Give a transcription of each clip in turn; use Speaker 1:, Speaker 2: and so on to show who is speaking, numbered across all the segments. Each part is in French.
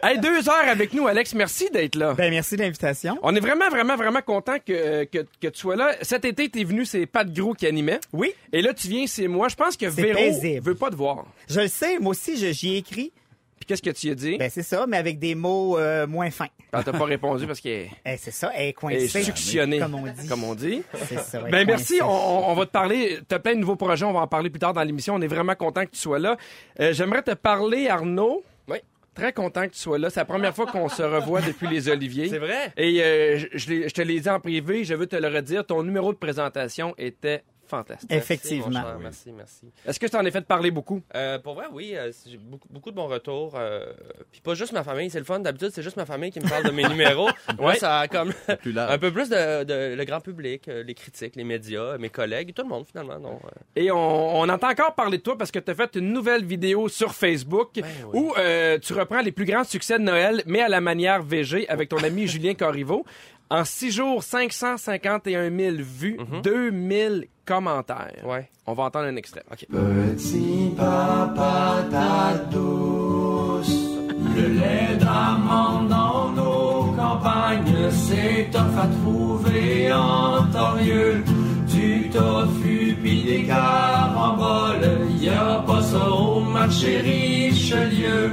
Speaker 1: Hey, deux heures avec nous, Alex. Merci d'être là.
Speaker 2: Ben merci de l'invitation.
Speaker 1: On est vraiment, vraiment, vraiment content que, euh, que, que tu sois là. Cet été, t'es venu, c'est Pat Gros qui animait.
Speaker 2: Oui.
Speaker 1: Et là, tu viens, c'est moi. Je pense que
Speaker 2: C'est
Speaker 1: Véro
Speaker 2: paisible.
Speaker 1: veut pas te voir.
Speaker 2: Je le sais, moi aussi je- j'y ai écrit.
Speaker 1: Puis qu'est-ce que tu y as dit?
Speaker 2: Ben c'est ça, mais avec des mots euh, moins fins.
Speaker 1: Ben, t'as pas répondu parce qu'elle
Speaker 2: Eh, c'est ça, elle est
Speaker 1: est
Speaker 2: coincée.
Speaker 1: suctionnée,
Speaker 2: Comme on dit.
Speaker 1: Comme on dit.
Speaker 2: C'est ça, eh, elle est
Speaker 1: Ben merci,
Speaker 2: coincée.
Speaker 1: on, on- on va te parler. T'as plein de nouveaux projets, on va en parler plus tard dans l'émission. On est vraiment content que tu sois là. Euh, J'aimerais te parler, Arnaud.
Speaker 3: Oui.
Speaker 1: Très content que tu sois là. C'est la première fois qu'on se revoit depuis les Oliviers.
Speaker 3: C'est vrai?
Speaker 1: Et euh, je, je l'ai- je te l'ai dit en privé, je veux te le redire, ton numéro de présentation était fantastique.
Speaker 3: Merci,
Speaker 2: Effectivement.
Speaker 3: mon cher, merci, merci.
Speaker 1: Est-ce que tu en as fait parler beaucoup?
Speaker 3: Euh, pour vrai, oui, euh, j'ai beaucoup, beaucoup de bons retours. euh, Puis pas juste ma famille, c'est le fun. D'habitude, c'est juste ma famille qui me parle de mes numéros. Moi, ça a comme
Speaker 4: plus
Speaker 3: un
Speaker 4: large.
Speaker 3: peu plus de, de- le grand public, euh, les critiques, les médias, mes collègues, tout le monde finalement. Non, euh,
Speaker 1: Et on, on entend encore parler de toi parce que tu as fait une nouvelle vidéo sur Facebook
Speaker 3: Ben oui.
Speaker 1: où euh, tu reprends les plus grands succès de Noël, mais à la manière VG avec ton ami Julien Corriveau. En six jours, 551 000 vues, 2000 commentaires.
Speaker 3: Mhm. ouais. Ben
Speaker 1: On va entendre un extrait. OK.
Speaker 5: Petit papa ta douce, le lait d'amande dans nos campagnes, c'est tough à trouver en torieux. Du tofu pis des caramboles, y a pas ça au marché Richelieu.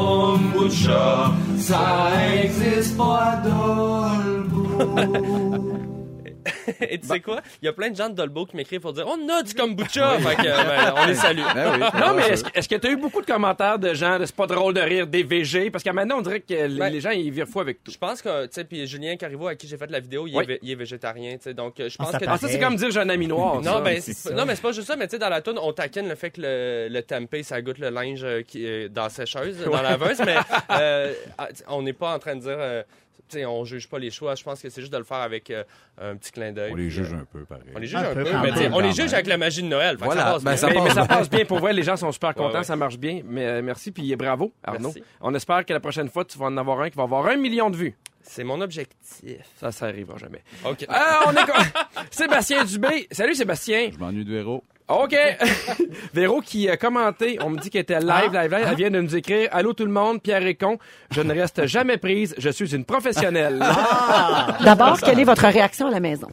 Speaker 5: Kombucha, ça existe pas à Dolbeau.
Speaker 3: Et tu sais quoi? Il y a plein de gens de Dolbo qui m'écrivent pour dire On a du kombucha! Fait que, ben, on les salue.
Speaker 4: Ben oui,
Speaker 1: Non,
Speaker 4: bien
Speaker 1: mais
Speaker 4: sûr.
Speaker 1: est-ce que- est-ce que tu as eu beaucoup de commentaires de gens de c'est pas drôle de rire des VG? Parce qu'à maintenant, on dirait que les,
Speaker 3: Ben-
Speaker 1: les gens, ils virent fou avec tout.
Speaker 3: Je pense que, tu sais, puis Julien Carivo, à qui j'ai fait la vidéo, il,
Speaker 1: Oui.
Speaker 3: est, vé- il est végétarien, tu sais, donc euh, je pense
Speaker 2: ça
Speaker 3: que...
Speaker 1: Ah, ça, c'est comme dire j'ai un ami noir. ça.
Speaker 3: Non, ben,
Speaker 2: c'est
Speaker 3: c'est-
Speaker 2: ça.
Speaker 3: non, mais c'est pas juste ça, mais tu sais, dans la toune, on taquine le fait que le, le tempeh, ça goûte le linge euh, qui, est dans la sécheuse, dans la veuse, mais euh, ah, tu sais, on n'est pas en train de dire, euh, tu sais, on juge pas les choix, je pense que c'est juste de le faire avec euh, un petit clin d'œil.
Speaker 4: On les
Speaker 3: puis,
Speaker 4: juge
Speaker 3: euh,
Speaker 4: un peu, pareil.
Speaker 3: On les juge
Speaker 2: Un
Speaker 3: un peu,
Speaker 2: peu, quand
Speaker 3: mais tu sais,
Speaker 2: même.
Speaker 3: on les juge avec la magie de Noël. fait que
Speaker 4: Voilà,
Speaker 3: ça passe
Speaker 4: ben,
Speaker 3: bien.
Speaker 4: ça
Speaker 1: Mais,
Speaker 4: part
Speaker 1: mais ça
Speaker 4: bien.
Speaker 1: passe bien pour vrai, les gens sont super contents,
Speaker 3: ouais.
Speaker 1: ça marche bien. Mais euh, merci, puis bravo, Arnaud.
Speaker 3: Merci.
Speaker 1: On espère que la prochaine fois, tu vas en avoir un qui va avoir un million de vues.
Speaker 3: C'est mon objectif.
Speaker 1: Ça, ça arrivera jamais.
Speaker 3: OK.
Speaker 1: Ah, on est con- Sébastien Dubé. Salut, Sébastien.
Speaker 4: Je m'ennuie de Véro.
Speaker 1: OK. Véro qui a commenté, on me dit qu'elle était live, live, live. Elle vient de nous écrire Allô tout le monde, Pierre est con. Je ne reste jamais prise, je suis une professionnelle.
Speaker 6: D'abord, quelle est votre réaction à la maison?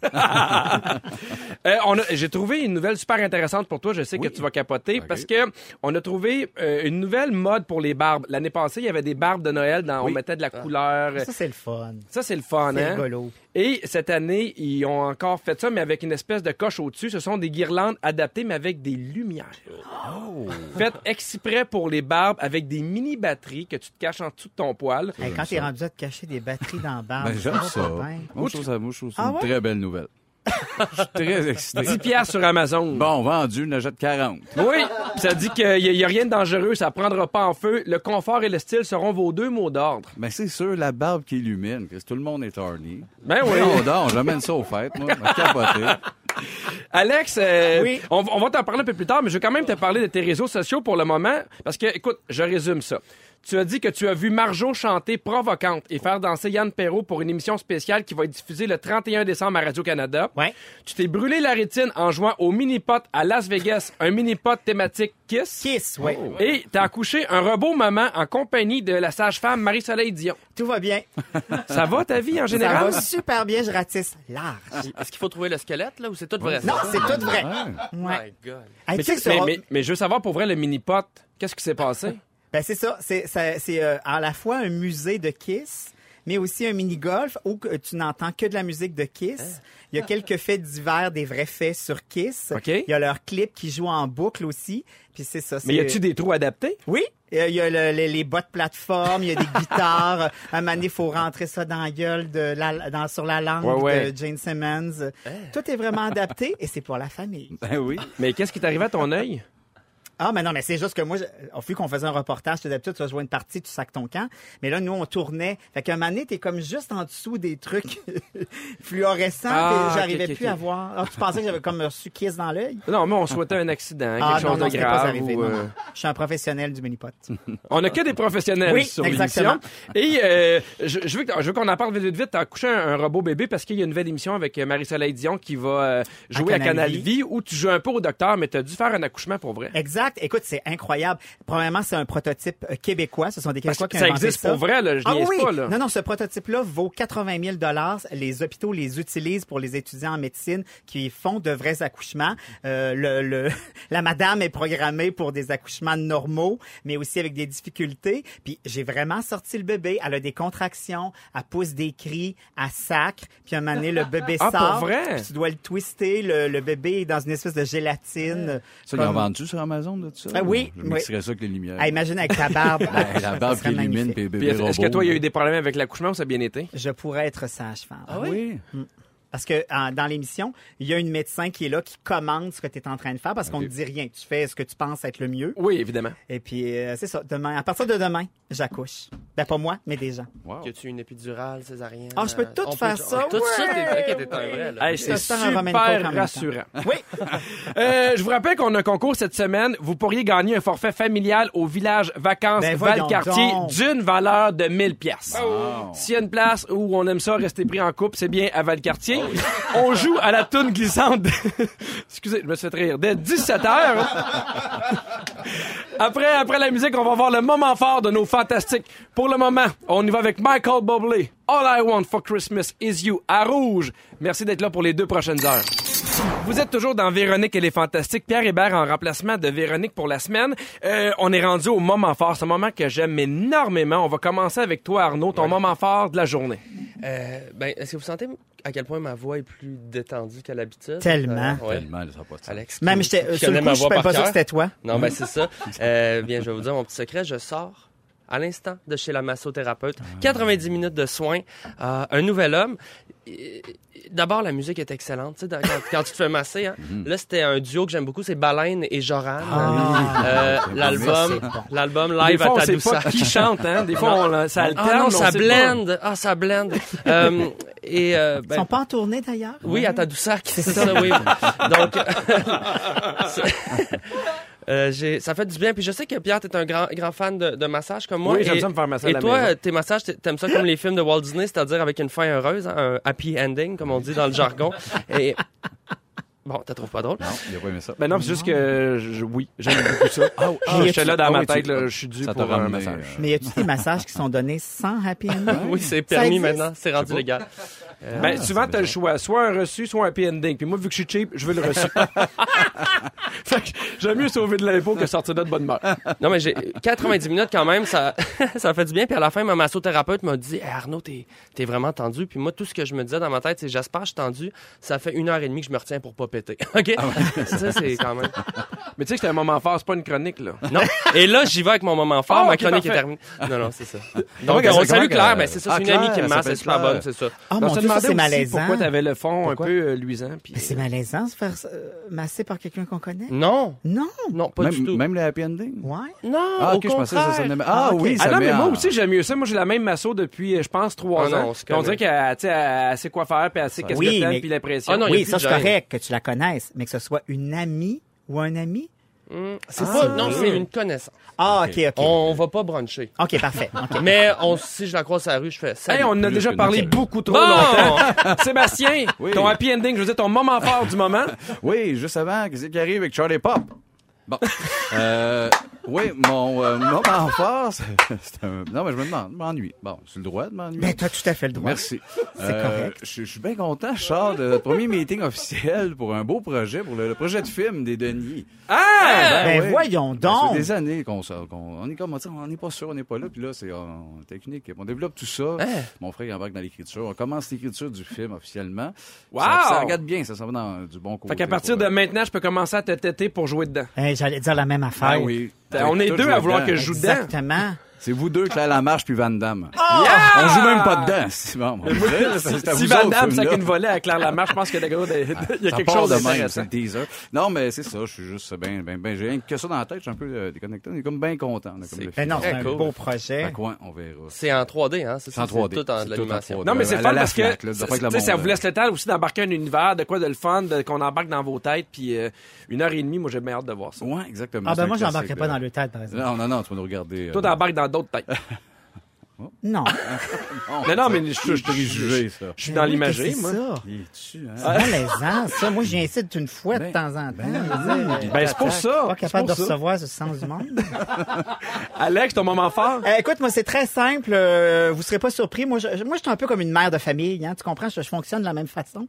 Speaker 1: Euh, on a- J'ai trouvé une nouvelle super intéressante pour toi. Je sais que tu vas capoter parce que on a trouvé euh, une nouvelle mode pour les barbes. L'année passée, il y avait des barbes de Noël. Dans, On mettait de la couleur.
Speaker 2: Ça c'est le fun.
Speaker 1: Ça, c'est le fun,
Speaker 2: Ah. C'est
Speaker 1: hein?
Speaker 2: rigolo.
Speaker 1: Et cette année, ils ont encore fait ça, mais avec une espèce de coche au-dessus. Ce sont des guirlandes adaptées, mais avec des lumières.
Speaker 2: Oh!
Speaker 1: Faites exprès pour les barbes avec des mini-batteries que tu te caches en dessous de ton poil.
Speaker 2: Hey, Eh, quand t'es rendu à te cacher des batteries dans le bar,
Speaker 4: Ben, j'aime
Speaker 2: va
Speaker 4: ça.
Speaker 2: pas bien.
Speaker 4: Moi, je trouve ça, moi, je trouve ça
Speaker 2: Ah
Speaker 4: une
Speaker 2: ouais?
Speaker 4: très belle nouvelle. Je suis très excité.
Speaker 1: 10 piastres sur Amazon.
Speaker 4: Bon, vendu, il en jette 40.
Speaker 1: Oui, Puis ça dit qu'il n'y a, rien de dangereux, ça prendra pas en feu. Le confort et le style seront vos deux mots d'ordre.
Speaker 4: Mais Ben, c'est sûr, la barbe qui illumine, que tout le monde est horny.
Speaker 1: Ben oui.
Speaker 4: On dort, j'amène ça aux fêtes, moi. On va capoter.
Speaker 1: Alex, euh,
Speaker 2: Oui.
Speaker 1: on, on va t'en parler un peu plus tard, mais je veux quand même te parler de tes réseaux sociaux pour le moment. Parce que, écoute, je résume ça. Tu as dit que tu as vu Marjo chanter Provocante et faire danser Yann Perrault pour une émission spéciale qui va être diffusée le 31 décembre à Radio-Canada.
Speaker 2: Ouais.
Speaker 1: Tu t'es brûlé la rétine en jouant au mini-pot à Las Vegas, un mini-pot thématique Kiss.
Speaker 2: Kiss, oui.
Speaker 1: Et t'as accouché un robot maman en compagnie de la sage-femme Marie-Soleil Dion.
Speaker 2: Tout va bien.
Speaker 1: Ça va ta vie en
Speaker 2: Ça
Speaker 1: général? Ah,
Speaker 2: va super bien, je ratisse large.
Speaker 3: Est-ce qu'il faut trouver le squelette, là, ou c'est tout vrai?
Speaker 2: Non,
Speaker 3: ça?
Speaker 2: c'est tout vrai.
Speaker 4: Ah,
Speaker 2: Ouais.
Speaker 3: My God.
Speaker 2: Hey,
Speaker 1: Mais,
Speaker 2: tu sais que ce
Speaker 1: mais-
Speaker 2: ro-
Speaker 1: mais- mais je veux savoir pour vrai le mini-pot, qu'est-ce qui s'est passé?
Speaker 2: Ben, c'est ça. C'est, ça- c'est euh, à la fois un musée de Kiss, mais aussi un mini-golf où que tu n'entends que de la musique de Kiss. Il y a quelques faits divers, des vrais faits sur Kiss.
Speaker 1: OK.
Speaker 2: Il y a leur clip qui joue en boucle aussi. Puis c'est ça. c'est-
Speaker 1: Mais y a-tu des trous adaptés?
Speaker 2: Oui. Euh, Il y a le- les, les bas de plateforme, il y a des guitares. Euh, À un moment donné, il faut rentrer ça dans la gueule, de la, dans, sur la langue
Speaker 1: Ouais, ouais. Eh.
Speaker 2: de Jane Simmons. Tout est vraiment adapté et c'est pour la famille.
Speaker 4: Ben oui.
Speaker 1: Mais qu'est-ce qui t'arrivait à ton œil?
Speaker 2: Ah, mais non, mais c'est juste que moi, je- vu qu'on faisait un reportage, tout d'habitude, tu vas jouer une partie, tu sacs ton camp. Mais là, nous, on tournait. Fait qu'à un moment donné, t'es comme juste en dessous des trucs fluorescents.
Speaker 1: Ah,
Speaker 2: et J'arrivais
Speaker 1: ok, ok,
Speaker 2: plus
Speaker 1: ok.
Speaker 2: à voir. Ah, tu pensais que j'avais comme reçu kiss dans l'œil?
Speaker 1: Non, mais on souhaitait un accident, quelque
Speaker 2: Ah,
Speaker 1: chose
Speaker 2: non, non,
Speaker 1: de
Speaker 2: c'était pas
Speaker 1: grave.
Speaker 2: arrivé.
Speaker 1: ou,
Speaker 2: non,
Speaker 1: euh,
Speaker 2: non. Je suis un professionnel du mini-pot.
Speaker 1: On a que des professionnels
Speaker 2: Oui,
Speaker 1: sur
Speaker 2: exactement.
Speaker 1: l'émission. Et euh, je, je veux que- je veux qu'on en parle vite, vite, vite. T'as accouché un, un robot bébé parce qu'il y a une nouvelle émission avec euh, Marie-Soleil Dion qui va euh, jouer à
Speaker 2: Canal
Speaker 1: Canal
Speaker 2: Vie.
Speaker 1: Vie où tu joues un peu au docteur, mais t'as dû faire un accouchement pour vrai.
Speaker 2: Exact. Écoute, c'est incroyable. Premièrement, c'est un prototype euh, québécois. Ce sont des Québécois qui ont
Speaker 1: ça
Speaker 2: inventé
Speaker 1: existe
Speaker 2: ça.
Speaker 1: pour vrai, là, je
Speaker 2: Ah
Speaker 1: niaise
Speaker 2: oui!
Speaker 1: pas. Là.
Speaker 2: Non, non, ce prototype-là vaut 80 000 Les hôpitaux les utilisent pour les étudiants en médecine qui font de vrais accouchements. Euh, le, le- la madame est programmée pour des accouchements normaux, mais aussi avec des difficultés. Puis j'ai vraiment sorti le bébé. Elle a des contractions, elle pousse des cris, elle sacre. Puis à un moment donné, le bébé
Speaker 1: Ah, pour
Speaker 2: sort.
Speaker 1: vrai?
Speaker 2: Puis tu dois le twister. Le, le bébé est dans une espèce de gélatine.
Speaker 4: Ça, ils ont
Speaker 2: Comme-
Speaker 4: vendu sur Amazon, là, tout ça?
Speaker 2: Ah oui,
Speaker 4: Je
Speaker 2: oui.
Speaker 4: mixerais ça avec les lumières.
Speaker 2: Ah, imagine avec ta barbe.
Speaker 4: Ben, la barbe
Speaker 2: Ça
Speaker 4: qui
Speaker 2: serait
Speaker 4: illumine,
Speaker 2: magnifique.
Speaker 4: puis les
Speaker 1: Puis
Speaker 4: bébés
Speaker 1: Est-ce est-ce que
Speaker 4: robots,
Speaker 1: toi, il y a eu
Speaker 4: là.
Speaker 1: des problèmes avec l'accouchement ou ça a bien été?
Speaker 2: Je pourrais être sage-femme.
Speaker 4: Ah oui?
Speaker 2: Parce que en- dans l'émission, il y a une médecin qui est là, qui commande ce que tu es en train de faire parce qu'on
Speaker 4: Ok.
Speaker 2: ne dit rien. Tu fais ce que tu penses être le mieux.
Speaker 1: Oui, évidemment.
Speaker 2: Et puis, euh, c'est ça. Demain, à partir de demain, j'accouche. Ben, pas moi, mais des gens.
Speaker 4: Wow.
Speaker 3: Y a-tu une épidurale, césarienne?
Speaker 2: Ah, je peux
Speaker 3: euh,
Speaker 2: tout
Speaker 3: on
Speaker 2: faire
Speaker 3: peut-
Speaker 2: ça,
Speaker 3: Tout ça, t'es
Speaker 2: ouais,
Speaker 3: ok, t'es un vrai, là.
Speaker 1: Hey, c'est
Speaker 2: Ça sent un Roman Coke en même
Speaker 1: super
Speaker 2: temps.
Speaker 1: rassurant.
Speaker 2: Oui.
Speaker 1: Euh, je vous rappelle qu'on a un concours cette semaine. Vous pourriez gagner un forfait familial au village vacances
Speaker 2: Ben, voyons
Speaker 1: Valcartier
Speaker 2: donc.
Speaker 1: d'une valeur de 1000 pièces.
Speaker 4: Wow.
Speaker 1: S'il y a une place où on aime ça rester pris en couple, c'est bien à Valcartier. On joue à la toune glissante. de- Excusez, je me suis fait rire. Dès 17h. Après, après la musique, on va voir le moment fort de nos fantastiques. Pour le moment, on y va avec Michael Bublé. All I want for Christmas is you à rouge. Merci d'être là pour les deux prochaines heures. Vous êtes toujours dans Véronique et les Fantastiques. Pierre Hébert en remplacement de Véronique pour la semaine. Euh, on est rendu au moment fort. C'est un moment que j'aime énormément. On va commencer avec toi, Arnaud, ton moment fort de la journée.
Speaker 3: Euh, ben, est-ce que vous sentez à quel point ma voix est plus détendue qu'à l'habitude?
Speaker 2: Tellement.
Speaker 3: Euh, ouais.
Speaker 4: Tellement, Ben, ça n'a pas de sens.
Speaker 3: Alex.
Speaker 2: Même,
Speaker 3: qui-
Speaker 2: j'étais, euh,
Speaker 3: qui
Speaker 2: sur le
Speaker 3: connaît
Speaker 2: coup,
Speaker 3: ma
Speaker 2: je
Speaker 3: voix
Speaker 2: suis même
Speaker 3: par
Speaker 2: pas sûr
Speaker 3: cœur.
Speaker 2: que c'était toi.
Speaker 3: Non, ben c'est ça. Euh, bien, je vais vous dire mon petit secret. Je sors à l'instant de chez la massothérapeute. 90 minutes de soins. Euh, un nouvel homme. Euh, D'abord, la musique est excellente. Tu sais, dans- quand, quand tu te fais masser, hein. là, c'était un duo que j'aime beaucoup. C'est Baleine et Joran. Euh, l'album, l'album
Speaker 1: Des
Speaker 3: live
Speaker 1: fois, on
Speaker 3: à
Speaker 1: sait
Speaker 3: Tadoussac.
Speaker 1: pas qui chante. Hein? Des fois, on, ça alterne.
Speaker 3: Ah non,
Speaker 1: on
Speaker 3: ça
Speaker 1: sait
Speaker 3: blende. Ah, ça blende. Euh, et euh,
Speaker 2: Ils
Speaker 3: ben,
Speaker 2: sont pas en tournée, d'ailleurs?
Speaker 3: oui, à Tadoussac, c'est ça, oui. Donc, c'est- euh, j'ai- ça fait du bien. Puis je sais que Pierre, t'es un grand, grand fan de, de massage comme moi.
Speaker 1: Oui, j'aime
Speaker 3: Et-
Speaker 1: ça me faire masser à
Speaker 3: Et
Speaker 1: la
Speaker 3: toi,
Speaker 1: maison.
Speaker 3: euh, tes massages, t'a- t'aimes ça comme les films de Walt Disney, c'est-à-dire avec une fin heureuse, hein, un happy ending, comme on dit dans le jargon. Et bon, t'as trouves pas drôle.
Speaker 4: Non, il n'a pas aimé ça.
Speaker 1: Ben non, c'est juste que je- oui, j'aime beaucoup ça.
Speaker 2: ah,
Speaker 1: J'étais là dans
Speaker 4: ah
Speaker 1: ma
Speaker 4: oui, tu-
Speaker 1: tête, là, je suis dû
Speaker 4: ça t'a
Speaker 1: pour un
Speaker 4: ramené,
Speaker 1: massage.
Speaker 4: euh,
Speaker 2: Mais y a-tu des massages qui sont donnés sans happy ending?
Speaker 3: Oui, c'est
Speaker 2: Ça
Speaker 3: permis
Speaker 2: existe?
Speaker 3: maintenant, c'est rendu légal.
Speaker 1: Ben, souvent, t'as le choix. Soit un reçu, soit un happy ending. Puis moi, vu que je suis cheap, je veux le reçu. fait que j'aime mieux sauver de l'impôt que sortir de bonne mort.
Speaker 3: Non, mais j'ai 90 minutes quand même, ça, ça fait du bien. Puis à la fin, ma massothérapeute m'a dit Hey, Arnaud, t'es es vraiment tendu. Puis moi, tout ce que je me disais dans ma tête, c'est J'espère que je suis tendu. Ça fait une heure et demie que je me retiens pour pas péter. OK Ça, c'est quand même.
Speaker 1: Mais tu sais que c'est un moment fort, c'est pas une chronique, là.
Speaker 3: Non. Et là, j'y vais avec mon moment fort.
Speaker 1: Ah,
Speaker 3: ma
Speaker 1: ok,
Speaker 3: chronique
Speaker 1: parfait.
Speaker 3: est terminée. Non, non, c'est ça.
Speaker 4: Comment
Speaker 3: Donc,
Speaker 4: qu'elle-
Speaker 3: on salue
Speaker 4: comment
Speaker 3: Claire.
Speaker 4: qu'elle-
Speaker 3: Ben, c'est ça,
Speaker 4: Ah,
Speaker 3: c'est une amie
Speaker 4: Claire,
Speaker 3: qui me
Speaker 4: elle
Speaker 3: masse, elle est
Speaker 4: s'appelle
Speaker 3: super
Speaker 4: Claire.
Speaker 3: bonne, c'est ça.
Speaker 2: Ah,
Speaker 1: Donc,
Speaker 2: mon Dieu,
Speaker 1: ça
Speaker 2: ça,
Speaker 1: demandait
Speaker 2: c'est
Speaker 1: aussi
Speaker 2: malaisant.
Speaker 1: Pourquoi t'avais le fond
Speaker 2: Pourquoi?
Speaker 1: un peu euh, luisant? Puis...
Speaker 2: Mais c'est malaisant de se faire euh, masser par quelqu'un qu'on connaît?
Speaker 3: Non,
Speaker 2: Non.
Speaker 3: non, pas du
Speaker 4: Même,
Speaker 3: tout.
Speaker 4: même le happy ending?
Speaker 2: Ouais.
Speaker 3: Non,
Speaker 4: Ah,
Speaker 3: au
Speaker 4: ok, je pensais que ça
Speaker 3: contraire.
Speaker 4: sonnait. Ah,
Speaker 2: Ah, ok.
Speaker 4: oui, ça
Speaker 1: Ah non,
Speaker 4: met
Speaker 1: mais moi
Speaker 4: en-
Speaker 1: aussi, j'aime mieux ça. Moi, j'ai la même masso depuis, euh, je pense, trois
Speaker 3: Ah non,
Speaker 1: ans.
Speaker 3: on se
Speaker 1: Puis on dirait
Speaker 3: connaît.
Speaker 1: qu'elle tu sais, elle- elle sait quoi faire, puis elle sait qu'est-ce
Speaker 2: Oui,
Speaker 1: que t'aimes,
Speaker 2: mais-
Speaker 1: puis l'impression.
Speaker 3: Ah non, il y a
Speaker 2: oui,
Speaker 3: plus
Speaker 2: ça,
Speaker 3: de
Speaker 2: c'est
Speaker 3: gêne.
Speaker 2: correct que tu la connaisses, mais que ce soit une amie ou un ami.
Speaker 3: C'est pas, non, c'est une connaissance.
Speaker 2: Ah, OK, OK.
Speaker 3: On va pas bruncher.
Speaker 2: OK, parfait. OK.
Speaker 3: Mais on, si je la croise sur la rue, je fais ça.
Speaker 1: Hey, on en a
Speaker 4: Plus
Speaker 1: déjà
Speaker 4: que
Speaker 1: parlé
Speaker 4: nous savons.
Speaker 1: beaucoup trop
Speaker 3: Bon!
Speaker 1: longtemps. Sébastien,
Speaker 4: Oui.
Speaker 1: ton happy ending, je veux dire, ton moment fort du moment.
Speaker 4: Oui, juste avant, qu'est-ce qui arrive avec Charlie Pop? Bon. Euh, oui, mon euh, moment fort, c'est c'est un... Non, mais je me demande, je m'ennuie. Bon, c'est le droit de m'ennuyer.
Speaker 2: Ben, t'as tout à fait le droit.
Speaker 4: Merci. Euh,
Speaker 2: C'est correct.
Speaker 4: Je, je suis bien content, je sors de notre premier meeting officiel pour un beau projet, pour le, le projet de film des Denis.
Speaker 1: Ah!
Speaker 2: Ben,
Speaker 4: oui.
Speaker 2: voyons
Speaker 4: Ça
Speaker 2: donc.
Speaker 4: fait des années qu'on sort, qu'on- on est comme on dit, on n'est pas sûr, on n'est pas là, puis là c'est on, est avec une équipe. on développe tout ça.
Speaker 2: Eh.
Speaker 4: Mon frère il embarque dans l'écriture, on commence l'écriture du film officiellement.
Speaker 1: Wow!
Speaker 4: Ça, ça regarde bien, ça s'en va dans du bon côté.
Speaker 1: Fait qu'à partir
Speaker 4: pour,
Speaker 1: de
Speaker 4: euh,
Speaker 1: maintenant, je peux commencer à te têter pour jouer dedans.
Speaker 2: Eh, J'allais dire la même affaire.
Speaker 4: Ah oui.
Speaker 1: On est
Speaker 4: Tout
Speaker 1: deux
Speaker 4: joue
Speaker 1: à vouloir
Speaker 4: dedans.
Speaker 1: que je joue dedans.
Speaker 2: Exactement. Ah,
Speaker 4: C'est vous deux, Claire Lamarche puis Van Damme. On joue même pas dedans. C'est bon. Ah! C'est à
Speaker 1: Ah! Si
Speaker 4: vous autres,
Speaker 1: Van Damme
Speaker 4: ce
Speaker 1: sac une
Speaker 4: film-là.
Speaker 1: volée à Claire Lamarche, je pense que le gros, il y a
Speaker 4: Ça
Speaker 1: quelque
Speaker 4: part
Speaker 1: chose
Speaker 4: de même,
Speaker 1: d'intéressant.
Speaker 4: c'est le teaser. Non, mais c'est ça, je suis juste bien, ben, ben, j'ai rien que ça dans la tête, je suis un peu euh, déconnecté, on est comme bien content. on a comme le
Speaker 2: Ben
Speaker 4: feeling.
Speaker 2: non, c'est
Speaker 3: Très
Speaker 2: un
Speaker 3: cool.
Speaker 2: beau projet.
Speaker 4: Fait quoi, on verra.
Speaker 3: C'est en 3D, hein? C'est
Speaker 4: C'est en
Speaker 3: ça,
Speaker 4: 3D.
Speaker 3: C'est tout en
Speaker 4: C'est
Speaker 3: de
Speaker 4: tout en
Speaker 3: l'animation.
Speaker 4: 3D.
Speaker 1: Non, mais c'est
Speaker 4: À
Speaker 1: fun
Speaker 4: Euh, la
Speaker 1: parce que
Speaker 4: Fnac, là,
Speaker 1: tu
Speaker 4: ça fait que le
Speaker 1: sais, ça
Speaker 4: monde, euh,
Speaker 1: vous laisse le temps aussi d'embarquer un univers, de quoi de le fun, de- qu'on embarque dans vos têtes, puis euh, une heure et demie, moi j'ai bien hâte de voir ça.
Speaker 4: Ouais, exactement.
Speaker 2: Ah
Speaker 4: c'est
Speaker 2: ben
Speaker 4: un
Speaker 2: moi, j'embarquerai
Speaker 4: classique,
Speaker 2: pas
Speaker 4: là.
Speaker 2: dans le tête, par exemple.
Speaker 4: Non, non, non, tu vas nous regarder. euh,
Speaker 1: Toi, t'embarques dans d'autres têtes.
Speaker 2: Non.
Speaker 1: mais non, mais je, je-
Speaker 4: Je te l'ai jugé, ça.
Speaker 1: je suis
Speaker 2: Euh,
Speaker 1: dans l'imagerie, moi.
Speaker 4: Il est dessus, hein?
Speaker 2: C'est malaisant, ça. Moi, j'incite une fouette de temps en temps. Je veux dire,
Speaker 1: Ben, c'est pour ça.
Speaker 2: pas
Speaker 1: c'est
Speaker 2: capable de
Speaker 1: pour ça.
Speaker 2: recevoir ce sens du monde.
Speaker 1: Alex, ton moment fort?
Speaker 2: Euh, écoute, moi, c'est très simple. euh, vous serez pas surpris. Moi, je, moi, je suis un peu comme une mère de famille. Hein, tu comprends? Je, je fonctionne de la même façon.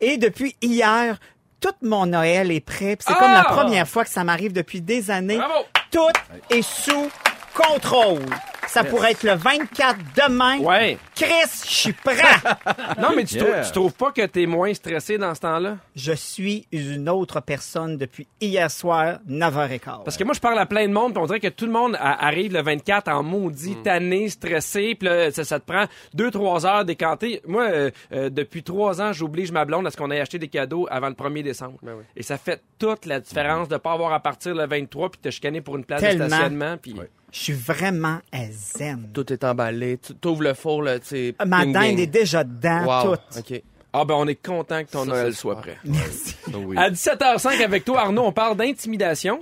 Speaker 2: Et depuis hier, tout mon Noël est prêt. Puis C'est comme la première fois que ça m'arrive depuis des années.
Speaker 1: Ah! Bravo!
Speaker 2: Tout est sous contrôle. Ça pourrait être le 24 demain.
Speaker 1: Ouais.
Speaker 2: Chris, je suis prêt.
Speaker 1: Non, mais tu,
Speaker 4: Yeah.
Speaker 1: trou- tu trouves pas que t'es moins stressé dans ce temps-là?
Speaker 2: je suis une autre personne depuis hier soir, 9h15.
Speaker 1: Parce que moi, je parle à plein de monde, puis on dirait que tout le monde a- arrive le 24 en maudit,
Speaker 3: Mm.
Speaker 1: tanné, stressé, puis là, ça, ça te prend deux, trois heures décanté. Moi, euh, euh, depuis trois ans, j'oblige ma blonde à ce qu'on ait acheté des cadeaux avant le 1er décembre.
Speaker 3: Ben oui. Mm.
Speaker 1: Et ça fait toute la différence de pas avoir à partir le 23 puis te chicaner pour une place
Speaker 2: Tellement.
Speaker 1: de stationnement. Puis...
Speaker 4: Ouais.
Speaker 2: Je suis vraiment à zen.
Speaker 3: Tout est emballé. Tu t'ouvres le four, là, tu sais.
Speaker 2: Ma
Speaker 3: ding,
Speaker 2: dinde
Speaker 3: ding.
Speaker 2: est déjà dedans,
Speaker 3: Wow.
Speaker 2: toute.
Speaker 3: OK.
Speaker 1: Ah ben, on est content que ton
Speaker 3: Ça,
Speaker 1: Noël
Speaker 3: c'est Ben
Speaker 1: soit
Speaker 3: super.
Speaker 1: prêt.
Speaker 4: Ah oui.
Speaker 1: À 17h05 avec toi, Arnaud, on parle d'intimidation.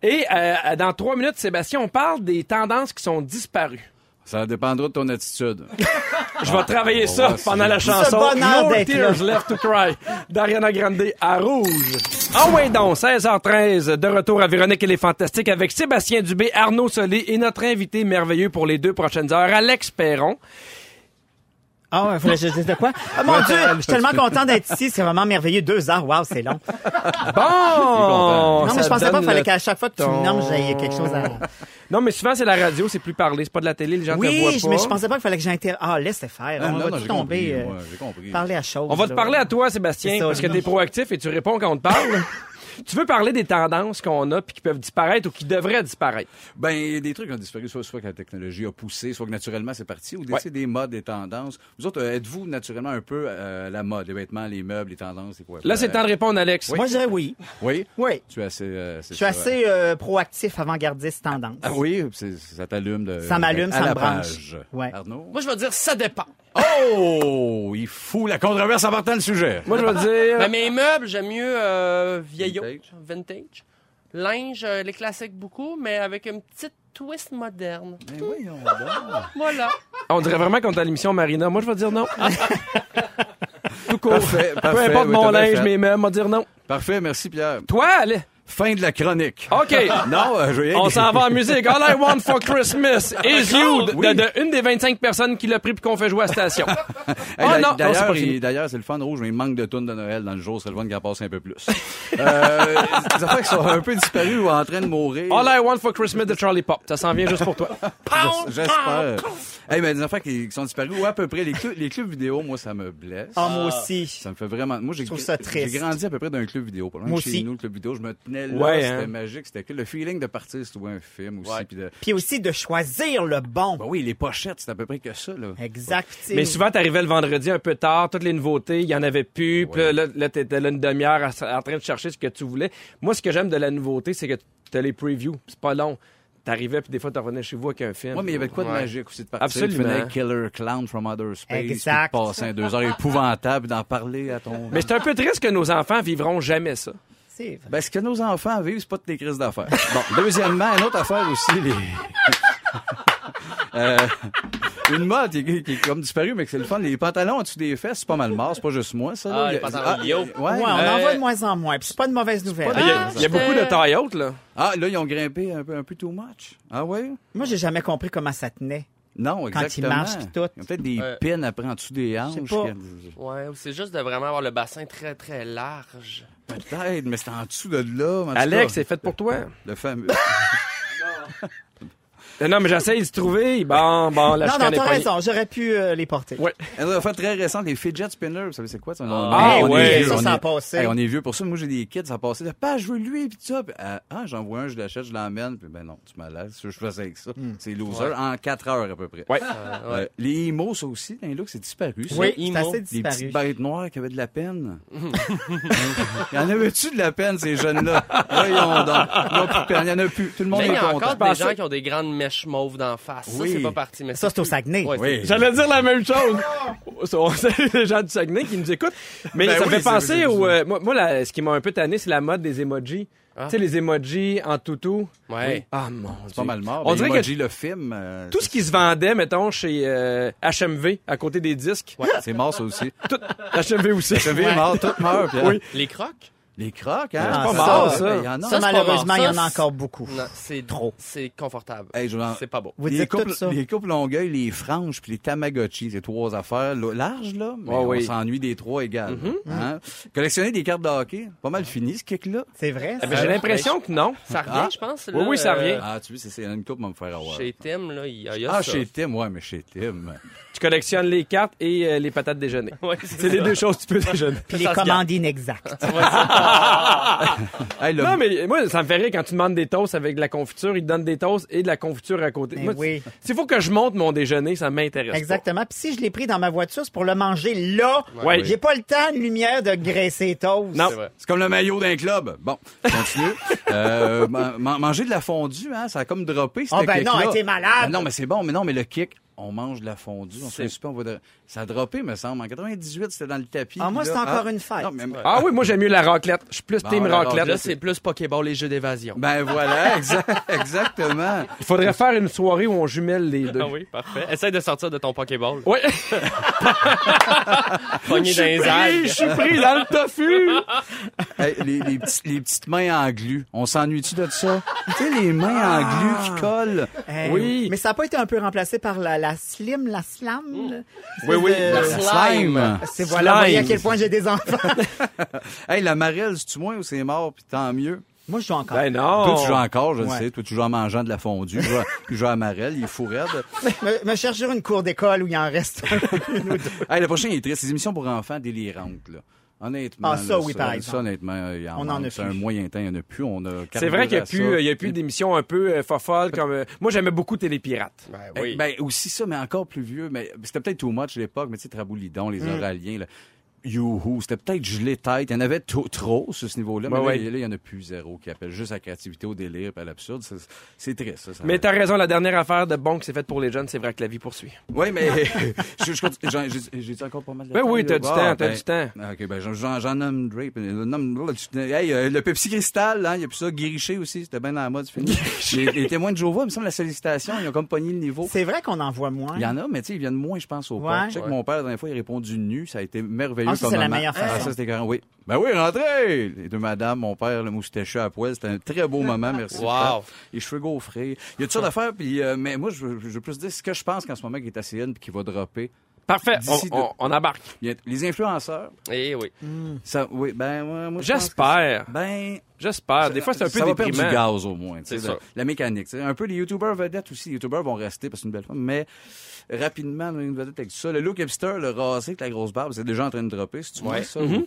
Speaker 1: Et euh, dans trois minutes, Sébastien, on parle des tendances qui sont disparues.
Speaker 4: Ça dépendra de ton attitude.
Speaker 1: Je vais travailler
Speaker 4: on va
Speaker 1: ça
Speaker 4: voir si-
Speaker 1: pendant la chanson
Speaker 2: bonheur
Speaker 1: No
Speaker 2: d'être
Speaker 1: Tears Left to Cry d'Ariana Grande à rouge. Ah ouais donc, 16h13, de retour à Véronique et les Fantastiques avec Sébastien Dubé, Arnaud Solé et notre invité merveilleux pour les deux prochaines heures, Alex Perron.
Speaker 2: Ah, ouais, faudrait que je dise de quoi? Ah, mon Dieu, je suis tellement content d'être ici. C'est vraiment merveilleux. Deux heures, wow, c'est long.
Speaker 1: Bon!
Speaker 2: Non, mais
Speaker 1: ça
Speaker 2: je pensais pas
Speaker 1: donne
Speaker 2: qu'il fallait
Speaker 1: le-
Speaker 2: qu'à chaque fois que tu me nommes, j'aie quelque chose à...
Speaker 1: Non, mais souvent, c'est la radio, c'est plus parler, c'est pas de la télé, les gens te voient
Speaker 2: Oui,
Speaker 1: pas.
Speaker 2: je- mais je pensais pas qu'il fallait que j'inter... Ah, laissez faire.
Speaker 4: Non,
Speaker 2: on
Speaker 4: non,
Speaker 2: va
Speaker 4: non,
Speaker 2: tout
Speaker 4: j'ai
Speaker 2: tomber.
Speaker 4: compris,
Speaker 2: euh,
Speaker 4: moi, j'ai compris.
Speaker 2: Parler à chose.
Speaker 1: On va te
Speaker 2: là.
Speaker 1: parler à toi, Sébastien,
Speaker 2: C'est ça,
Speaker 1: parce que
Speaker 2: non.
Speaker 1: t'es proactif et tu réponds quand on te parle. tu veux parler des tendances qu'on a puis qui peuvent disparaître ou qui devraient disparaître.
Speaker 4: Ben, il y a des trucs ont disparu, soit, soit que la technologie a poussé, soit que naturellement c'est parti, ou des,
Speaker 1: Ouais.
Speaker 4: tu sais, des modes, des tendances. Vous autres, euh, êtes-vous naturellement un peu euh, la mode, les vêtements, les meubles, les tendances, c'est quoi?
Speaker 1: Là, c'est le temps de répondre, Alex.
Speaker 2: Moi, je dirais oui.
Speaker 4: Oui?
Speaker 2: Oui.
Speaker 4: Tu es assez... euh, c'est
Speaker 2: Je suis
Speaker 4: ça.
Speaker 2: assez euh, proactif, avant-gardiste, tendance.
Speaker 4: Ah oui, c'est- ça t'allume de...
Speaker 2: Ça m'allume,
Speaker 4: à
Speaker 2: ça
Speaker 4: la
Speaker 2: me branche.
Speaker 4: page.
Speaker 2: Ouais.
Speaker 4: Arnaud?
Speaker 3: Moi, je vais dire, ça dépend.
Speaker 2: Euh.
Speaker 4: Oh! Il fout la controverse en partant le sujet.
Speaker 1: Moi, je vais
Speaker 2: Ben,
Speaker 3: Mais
Speaker 1: dire.
Speaker 3: mes meubles, j'aime mieux euh, vieillot,
Speaker 4: Vintage.
Speaker 3: vintage. Linge, euh, les classiques beaucoup, mais avec une petite twist moderne.
Speaker 4: Ben oui, on va.
Speaker 3: Voilà.
Speaker 1: Ah, On dirait vraiment qu'on est à l'émission Marina. Moi, je vais dire non. Tout court.
Speaker 4: Parfait,
Speaker 1: Peu
Speaker 4: parfait,
Speaker 1: importe
Speaker 4: oui,
Speaker 1: mon
Speaker 4: t'as bien
Speaker 1: linge,
Speaker 4: fait.
Speaker 1: mes mêmes, on va dire non.
Speaker 4: Parfait, merci Pierre.
Speaker 1: Toi, allez.
Speaker 4: Fin de la chronique.
Speaker 1: OK.
Speaker 4: Non, euh, je vais...
Speaker 1: On s'en va en musique. All I want for Christmas is you. De,
Speaker 4: Oui.
Speaker 1: de- une des 25 personnes qui l'a pris puis qu'on fait jouer à la station.
Speaker 4: Hey,
Speaker 1: Oh
Speaker 4: d'a-
Speaker 1: non, non, c'est pas
Speaker 4: d'ailleurs,
Speaker 1: fini.
Speaker 4: il- d'ailleurs, c'est le fun rouge, mais il manque de tunes de Noël dans le jour. C'est le fun qu'il en passe un peu plus. euh, des affaires qui sont un peu disparues ou en train de mourir.
Speaker 1: All I want for Christmas de Charlie Pop. Ça s'en vient juste pour toi.
Speaker 4: J'es- J'espère. Hey, mais des affaires qui, qui sont disparues ou à peu près. Les, clu- les clubs vidéo, moi, ça me blesse.
Speaker 2: Ah, moi aussi.
Speaker 4: Ça me fait vraiment. Moi, j'ai
Speaker 2: trouve ça triste.
Speaker 4: j'ai grandi à peu près d'un club vidéo. Par exemple,
Speaker 2: Moi
Speaker 4: chez
Speaker 2: aussi.
Speaker 4: nous, le club vidéo, je me tenais là.
Speaker 1: Ouais,
Speaker 4: c'était
Speaker 1: hein.
Speaker 4: magique. C'était que le feeling de partir, c'était un film aussi. puis de-
Speaker 2: Puis aussi de choisir le bon.
Speaker 4: Ben oui, les pochettes, c'est à peu près que ça. Là.
Speaker 2: Exact.
Speaker 1: Mais souvent, t'arrivais le vendredi un peu tard, toutes les nouveautés, il y en avait plus. Puis là, là, là, t'étais là une demi-heure à s- en train de chercher ce que tu voulais. Moi, ce que j'aime de la nouveauté, c'est que t'as les previews. C'est pas long. T'arrivais, puis des fois, t'en revenais chez vous avec un film.
Speaker 4: Oui, mais il y avait de quoi de
Speaker 3: Ouais.
Speaker 4: magique aussi de partir.
Speaker 1: Absolument.
Speaker 4: Tu venais Killer Clown from Outer Space. puis
Speaker 2: Exact.
Speaker 4: de passer un deux heures épouvantable d'en parler à ton.
Speaker 1: Mais c'est un peu triste que nos enfants vivront jamais ça.
Speaker 2: alternative.
Speaker 4: Ben, ce que nos enfants vivent, c'est pas des crises d'affaires. Bon, deuxièmement, une autre affaire aussi, les... Euh, une mode qui, qui- qui est comme disparue, mais que c'est le fun. Les pantalons en dessous des fesses, c'est pas mal mort, c'est pas juste moi, ça. là.
Speaker 3: Ah,
Speaker 4: Il y
Speaker 3: les
Speaker 4: a-
Speaker 3: pantalons
Speaker 4: Ah,
Speaker 3: yo.
Speaker 4: ouais.
Speaker 2: Ouais, on en
Speaker 3: Euh,
Speaker 2: voit de moins en moins. Puis c'est pas de mauvaise nouvelle.
Speaker 1: Ah,
Speaker 2: Ah.
Speaker 1: Il y a, il y a beaucoup de taille haute, là.
Speaker 4: Ah, là, ils ont grimpé un peu, un peu too much. Ah ouais?
Speaker 2: Moi, j'ai jamais compris comment ça tenait.
Speaker 4: Non,
Speaker 2: Quand ils
Speaker 4: exactement.
Speaker 2: marchent, pis tout.
Speaker 4: Il y a peut-être des
Speaker 3: Euh,
Speaker 4: pins après en dessous des hanches.
Speaker 2: pas.
Speaker 4: qui-
Speaker 3: Ouais, ou c'est juste de vraiment avoir le bassin très, très large.
Speaker 4: Peut-être, mais c'est en dessous de là. en tout
Speaker 1: Alex,
Speaker 4: cas.
Speaker 1: c'est fait pour toi.
Speaker 4: Le fameux.
Speaker 1: Euh, Non, mais j'essaie de se trouver. Bon, bon, là, je
Speaker 2: non, non,
Speaker 1: connais
Speaker 2: t'as
Speaker 1: pas.
Speaker 2: raison. J'aurais pu euh, les porter.
Speaker 1: Ouais.
Speaker 4: Elle a Eh, fait très récent les fidget spinners. Vous savez, c'est quoi? ça? On-
Speaker 1: Ah,
Speaker 4: on est
Speaker 1: ouais.
Speaker 4: vieux,
Speaker 2: Ça,
Speaker 4: on
Speaker 2: ça a
Speaker 4: est-
Speaker 2: passé.
Speaker 4: Hey, on est vieux pour ça. Moi, j'ai des kids, ça a passé. Pas, je veux lui, puis tout ça. Puis, ah, ah, j'en vois un, je l'achète, je l'emmène. Puis, ben non, tu malaises. C'est ce que je faisais avec ça. C'est loser en 4 heures à peu près.
Speaker 1: Ouais.
Speaker 4: Euh, les imos, ça aussi, dans les looks, c'est disparu. ça.
Speaker 2: Oui,
Speaker 3: Imo,
Speaker 2: c'est assez
Speaker 4: Des
Speaker 2: disparu.
Speaker 4: petites bêtes noires qui avaient de la peine. Il y en avait-tu de la peine, ces jeunes-là? Voyons donc. Ils n'ont plus de peine. Il y en a plus. Tout le monde
Speaker 3: Mais il y
Speaker 4: est
Speaker 3: a
Speaker 4: content.
Speaker 3: encore des gens qui ont des grandes mèches mauves d'en face.
Speaker 4: Oui.
Speaker 3: Ça, c'est pas parti. Mais
Speaker 2: Ça, c'est au Saguenay.
Speaker 3: Ouais,
Speaker 4: Oui.
Speaker 1: J'allais dire la même chose. On salue les gens du Saguenay qui nous écoutent. Mais
Speaker 4: Ben
Speaker 1: ça
Speaker 4: oui,
Speaker 1: fait
Speaker 4: c'est-
Speaker 1: penser
Speaker 4: c'est-
Speaker 1: au. euh, moi, moi, la- ce qui m'a un peu tanné, c'est la mode des emojis.
Speaker 3: Ah.
Speaker 1: Tu sais, les emojis en toutou.
Speaker 3: Ouais.
Speaker 1: Ah mon Dieu.
Speaker 4: C'est pas mal mort.
Speaker 1: On
Speaker 4: Ben,
Speaker 1: dirait que
Speaker 4: Emoji, le film. euh,
Speaker 1: tout ce qui se vendait, mettons, chez euh, HMV, à côté des disques,
Speaker 4: C'est mort, ça aussi.
Speaker 1: tout, HMV aussi.
Speaker 4: Le film est mort, tout meurt. Pierre.
Speaker 1: Oui.
Speaker 3: Les crocs?
Speaker 4: Les crocs, hein?
Speaker 2: Ah,
Speaker 4: c'est pas
Speaker 2: ça,
Speaker 4: mort,
Speaker 1: ça.
Speaker 4: ça. Il y en a.
Speaker 2: Ça,
Speaker 3: c'est pas
Speaker 2: malheureusement,
Speaker 3: mort.
Speaker 2: il y en
Speaker 3: Ça,
Speaker 2: a encore beaucoup.
Speaker 3: Non, c'est
Speaker 2: Trop.
Speaker 3: C'est confortable.
Speaker 4: Hey, je vous en-
Speaker 3: C'est pas beau.
Speaker 2: Vous
Speaker 4: les
Speaker 2: dites
Speaker 4: couples,
Speaker 2: tout ça.
Speaker 4: les couples Longueuil, les franges puis les Tamagotchi, c'est trois affaires là, larges là, mais
Speaker 1: Ouais,
Speaker 4: on
Speaker 1: oui.
Speaker 4: s'ennuie des trois égales.
Speaker 3: Mm-hmm.
Speaker 4: hein. Collectionner des cartes de hockey, pas mal fini ce kick là.
Speaker 2: C'est vrai.
Speaker 1: Mais
Speaker 2: ça.
Speaker 1: j'ai l'impression que non.
Speaker 3: Ça revient,
Speaker 4: Ah.
Speaker 3: je pense.
Speaker 1: Oui,
Speaker 3: là,
Speaker 1: oui, ça
Speaker 3: euh,
Speaker 1: revient.
Speaker 4: Ah, tu vois, c'est- c'est une coupe va me faire avoir.
Speaker 3: Chez Tim, là, il y a, il y a
Speaker 4: Ah,
Speaker 3: ça.
Speaker 4: chez Tim, ouais, mais chez Tim.
Speaker 1: Tu collectionnes les cartes et euh, les patates déjeuner.
Speaker 3: Ouais,
Speaker 1: C'est les deux choses que tu peux déjeuner.
Speaker 2: Puis les
Speaker 3: ça se garde.
Speaker 2: commandes inexactes.
Speaker 4: Hey, le-
Speaker 1: Non, mais moi, ça me fait rire quand tu demandes des toasts avec de la confiture, ils te donnent des toasts et de la confiture à côté.
Speaker 2: Ben
Speaker 1: Moi,
Speaker 2: oui.
Speaker 1: S'il faut que je monte mon déjeuner, ça m'intéresse. pas.
Speaker 2: Exactement. Puis si je l'ai pris dans ma voiture, c'est pour le manger là.
Speaker 1: Ouais.
Speaker 2: J'ai pas le temps, de lumière, de graisser toast.
Speaker 1: Non.
Speaker 3: C'est vrai.
Speaker 4: C'est comme le maillot d'un club. Bon, continue. Euh, man- man- manger de la fondue, hein, ça a comme droppé. ce
Speaker 2: Ah, ben non,
Speaker 4: kick-là.
Speaker 2: hey, t'es malade.
Speaker 4: Ah non, mais c'est bon, mais non, mais le kick, on mange de la fondue, on se
Speaker 3: C'est-
Speaker 4: fait super, on va de- Ça a droppé, me semble. En 98, c'était dans le tapis.
Speaker 2: Ah,
Speaker 4: puis
Speaker 2: moi,
Speaker 4: là-
Speaker 2: c'est encore une fête.
Speaker 4: Non, mais-
Speaker 1: Ah oui, moi j'aime mieux la raclette. Je suis plus
Speaker 4: Bon,
Speaker 1: team
Speaker 4: la
Speaker 1: raclette.
Speaker 3: Là, c'est plus Pokéball, les jeux d'évasion.
Speaker 4: Ben voilà, exact- exactement.
Speaker 1: Il faudrait faire une soirée où on jumelle les deux.
Speaker 3: Ah oui, parfait. Essaye de sortir de ton Pokéball.
Speaker 1: Ouais.
Speaker 3: Pogné dans les algues.
Speaker 1: je suis pris dans le tofu.
Speaker 4: Hey, les, les petits- les petites mains en glu. On s'ennuie-tu de ça? tu sais, les mains
Speaker 2: Ah.
Speaker 4: en glu qui collent.
Speaker 2: Eh,
Speaker 1: Oui.
Speaker 2: Mais ça n'a pas été un peu remplacé par la, la slim, la slam? là?
Speaker 1: Oui, oui.
Speaker 2: Euh,
Speaker 4: La slime.
Speaker 2: C'est voilà, vous voyez à
Speaker 1: Slime.
Speaker 2: quel point j'ai des enfants.
Speaker 4: Hey, la marelle, c'est-tu moins ou c'est mort? Puis tant mieux.
Speaker 2: Moi, je joue encore.
Speaker 1: Ben non.
Speaker 4: Toi, tu joues encore, je le
Speaker 2: Ouais.
Speaker 4: sais. Toi, tu joues en mangeant de la fondue. Tu joues à- tu joues à Marel, il est fou raide.
Speaker 2: me, me chercher une cour d'école où il en reste.
Speaker 4: Hey, le prochain est triste. Les émissions pour enfants délirantes, là. Honnêtement.
Speaker 2: Ah, ça,
Speaker 4: là,
Speaker 2: oui, par
Speaker 4: ça,
Speaker 2: exemple.
Speaker 4: honnêtement, euh, il y en
Speaker 2: On en
Speaker 4: manque.
Speaker 2: a
Speaker 4: C'est
Speaker 2: plus.
Speaker 4: un moyen temps, il y en a plus. On a
Speaker 1: C'est vrai qu'il n'y a
Speaker 4: carburé à
Speaker 1: plus,
Speaker 4: ça.
Speaker 1: euh, il y a plus d'émissions un peu euh, fofolles comme. euh, moi j'aimais beaucoup Télépirate.
Speaker 3: Ben
Speaker 4: Eh,
Speaker 3: oui.
Speaker 4: Ben, aussi ça, mais encore plus vieux. Mais c'était peut-être too much à l'époque, mais tu sais, Traboulidon, les
Speaker 1: Mm.
Speaker 4: Oraliens, là. Youhou, c'était peut-être gelé tête. Il y en avait to- trop sur ce niveau-là,
Speaker 1: Ouais,
Speaker 4: mais
Speaker 1: ouais.
Speaker 4: là, il- là, il y en a plus zéro qui appelle juste à la créativité, au délire et à l'absurde. Ça, c'est- C'est triste, ça. ça.
Speaker 1: Mais t'as raison, la dernière affaire de bon qui s'est faite pour les jeunes, c'est vrai que la vie poursuit.
Speaker 4: Oui, mais je- je continue- j'en- j'ai- j'ai dit encore pas mal de
Speaker 1: Ben oui, t'as du
Speaker 4: là.
Speaker 1: temps,
Speaker 4: Ah,
Speaker 1: t'as
Speaker 4: ben,
Speaker 1: du temps.
Speaker 4: OK, ben j'en- j'en j'en nomme Drape. euh, Le, nomme- hey, euh, le Pepsi Cristal, hein, il y a plus ça. Guériché aussi, c'était bien dans la mode. c'est fini. les, les témoins de Jova, il me semble, la sollicitation, ils ont comme pogné le niveau.
Speaker 2: C'est vrai qu'on en voit moins.
Speaker 4: Il y en a, mais tu sais, ils viennent moins, je pense, au
Speaker 2: Ouais.
Speaker 4: port. Je sais que
Speaker 3: Ouais.
Speaker 4: mon père, la dernière fois, il a répondu nu. Ça a été merveilleux.
Speaker 2: Ah, ça,
Speaker 4: comme
Speaker 2: c'est la
Speaker 4: moment.
Speaker 2: meilleure façon.
Speaker 4: Ah, ça, c'était carrément, oui. Ben oui, rentrez! Les deux madames, mon père, le moustachu à poil. C'était un très beau moment, merci.
Speaker 3: Wow.
Speaker 4: père. Les cheveux gaufrés. Il y a toutes sortes d'affaires, puis, euh, mais moi, je veux, je veux plus dire ce que je pense qu'en ce moment, qui est assez in, puis qui va dropper.
Speaker 1: Parfait, on,
Speaker 4: D'ici
Speaker 1: on- on embarque.
Speaker 4: Il y a- les influenceurs,
Speaker 3: Eh oui.
Speaker 4: ça, oui, ben, moi, moi, je pense
Speaker 1: J'espère.
Speaker 4: que- Ben,
Speaker 1: J'espère. Ah, Des fois c'est un peu
Speaker 4: ça va perdre
Speaker 1: déprimant.
Speaker 4: du gaz au moins, tu sais,
Speaker 3: C'est
Speaker 4: la,
Speaker 3: ça.
Speaker 4: la mécanique. tu sais. Un peu les youtubeurs vedettes aussi, les youtubeurs vont rester parce que c'est une belle femme, mais rapidement là, une vedette avec ça. Le look hipster, le rasé avec la grosse barbe, c'est déjà en train de dropper. Si tu vois ça,
Speaker 1: Mhm.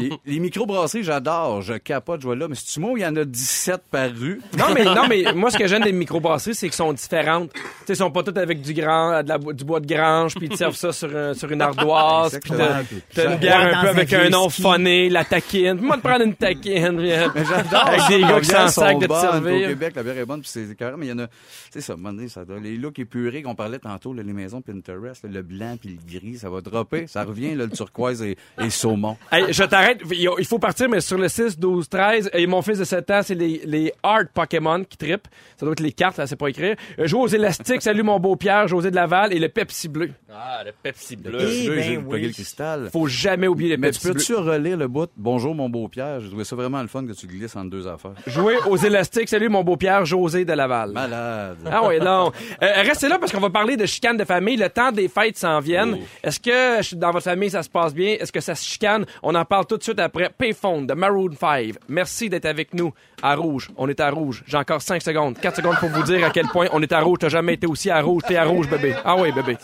Speaker 4: les, les micro-brasseries, j'adore, je capote, je vois là, mais si tu moi, il y en a 17 par rue.
Speaker 1: Non mais non mais moi ce que j'aime des microbrasseries c'est qu'elles sont différentes. Tu sais, elles sont pas toutes avec du grand de la bo- du bois de grange puis ils te servent ça sur, un- sur une ardoise, puis
Speaker 4: Exactement.
Speaker 1: t'as-
Speaker 4: Puis
Speaker 1: t'as
Speaker 4: ça-
Speaker 1: une bière
Speaker 2: Dans
Speaker 1: un peu
Speaker 2: un
Speaker 1: avec
Speaker 2: vieux
Speaker 1: un nom
Speaker 2: ski.
Speaker 1: phoné, la taquine. Moi, de prendre une taquine, puis, euh,
Speaker 4: J'adore.
Speaker 1: Avec des gars qui
Speaker 4: La bière
Speaker 1: s'en sacent
Speaker 4: sont
Speaker 1: de te
Speaker 4: bonnes, puis Au
Speaker 1: servir.
Speaker 4: Québec, la bière est bonne, puis c'est carré, mais il y en a. C'est ça, à un moment donné, ça doit- Les looks épurés qu'on parlait tantôt, là, les maisons Pinterest, là, le blanc puis le gris, ça va dropper. Ça revient, là, le turquoise et, et saumon.
Speaker 1: Hey, je t'arrête. Il il faut partir, mais sur le 6, 12, 13, et mon fils de 7 ans, c'est les, les hard Pokémon qui tripent. Ça doit être les cartes, là, c'est pas écrire. Euh, Joue aux élastiques, salut mon beau Pierre, José de Laval et le Pepsi bleu.
Speaker 3: Ah, le Pepsi bleu.
Speaker 2: Eh
Speaker 4: Deux,
Speaker 2: ben
Speaker 4: j'ai
Speaker 2: oui.
Speaker 4: plugué le cristal.
Speaker 1: Faut jamais oublier les
Speaker 4: Mais tu
Speaker 1: Pepsi bleu.
Speaker 4: peux-tu relire le bout? Bonjour, mon beau Pierre. J'ai trouvé ça vraiment le fun que tu glisses entre deux affaires.
Speaker 1: Jouer aux élastiques, salut mon beau Pierre, José de Laval.
Speaker 4: Malade.
Speaker 1: Ah oui, non. Euh, restez là parce qu'on va parler de chicane de famille. Le temps des fêtes s'en viennent. Est-ce que ch- dans votre famille, ça se passe bien? Est-ce que ça se chicane? On en parle tout de suite après Payphone de Maroon 5. Merci d'être avec nous à Rouge. On est à Rouge. J'ai encore 5 secondes. 4 secondes pour vous dire à quel point on est à Rouge. T'as jamais été aussi à Rouge. T'es à Rouge, bébé. Ah oui, bébé.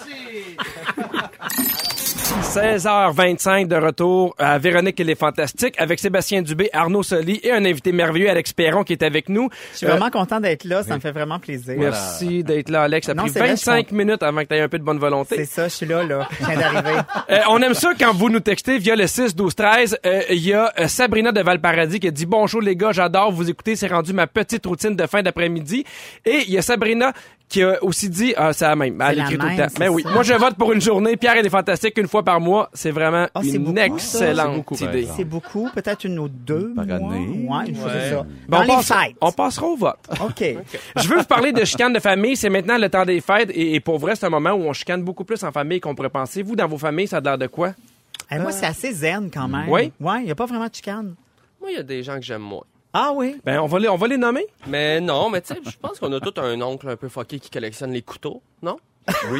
Speaker 1: 16h25 de retour à Véronique et les Fantastiques avec Sébastien Dubé, Arnaud Soli et un invité merveilleux, Alex Perron, qui est avec nous.
Speaker 2: Je suis vraiment content d'être là, ça me fait vraiment plaisir.
Speaker 1: Merci d'être là, Alex. Ça a
Speaker 2: Non,
Speaker 1: pris
Speaker 2: c'est vrai,
Speaker 1: 25
Speaker 2: je suis
Speaker 1: minutes avant que tu aies un peu de bonne
Speaker 2: C'est
Speaker 1: volonté.
Speaker 2: ça, je suis là, là. Je viens d'arriver.
Speaker 1: Euh, on aime ça quand vous nous textez via le 6, 12, 13. Euh, Il y a euh, Sabrina de Valparadis qui a dit Bonjour les gars, j'adore vous écouter. C'est rendu ma petite routine de fin d'après-midi. Et il y a Sabrina qui a aussi dit Ah, c'est la même. Elle
Speaker 2: la
Speaker 1: écrit tout le
Speaker 2: même,
Speaker 1: temps.
Speaker 2: c'est
Speaker 1: Mais oui,
Speaker 2: ça.
Speaker 1: moi je vote pour une journée. Pierre, elle est fantastique une fois par mois. C'est vraiment
Speaker 2: Ah, c'est
Speaker 1: une
Speaker 2: beaucoup, ça.
Speaker 1: excellente
Speaker 4: C'est beaucoup, par
Speaker 1: idée.
Speaker 4: exemple.
Speaker 2: C'est beaucoup, peut-être une ou deux.
Speaker 4: Par
Speaker 2: mois.
Speaker 4: année.
Speaker 2: Ouais, une fois,
Speaker 3: Ouais.
Speaker 2: c'est ça.
Speaker 1: Bon,
Speaker 2: Dans
Speaker 1: Ben, on,
Speaker 2: les
Speaker 1: passe-
Speaker 2: fêtes.
Speaker 1: on passera au vote.
Speaker 2: OK.
Speaker 1: Je veux vous parler de chicane de famille. C'est maintenant le temps des fêtes. Et, et pour vrai, c'est un moment où on chicane beaucoup plus en famille qu'on pourrait penser. Vous, dans vos familles, ça a l'air de quoi?
Speaker 2: Eh, moi, c'est assez zen quand même.
Speaker 1: Oui?
Speaker 2: Ouais, il n'y a pas vraiment de chicane.
Speaker 3: Moi, il y a des gens que j'aime moins.
Speaker 2: Ah oui?
Speaker 1: Ben, on va les, on va les nommer.
Speaker 3: Mais non, mais tu sais, je pense qu'on a tout un oncle un peu fucké qui collectionne les couteaux, non?
Speaker 4: Oui.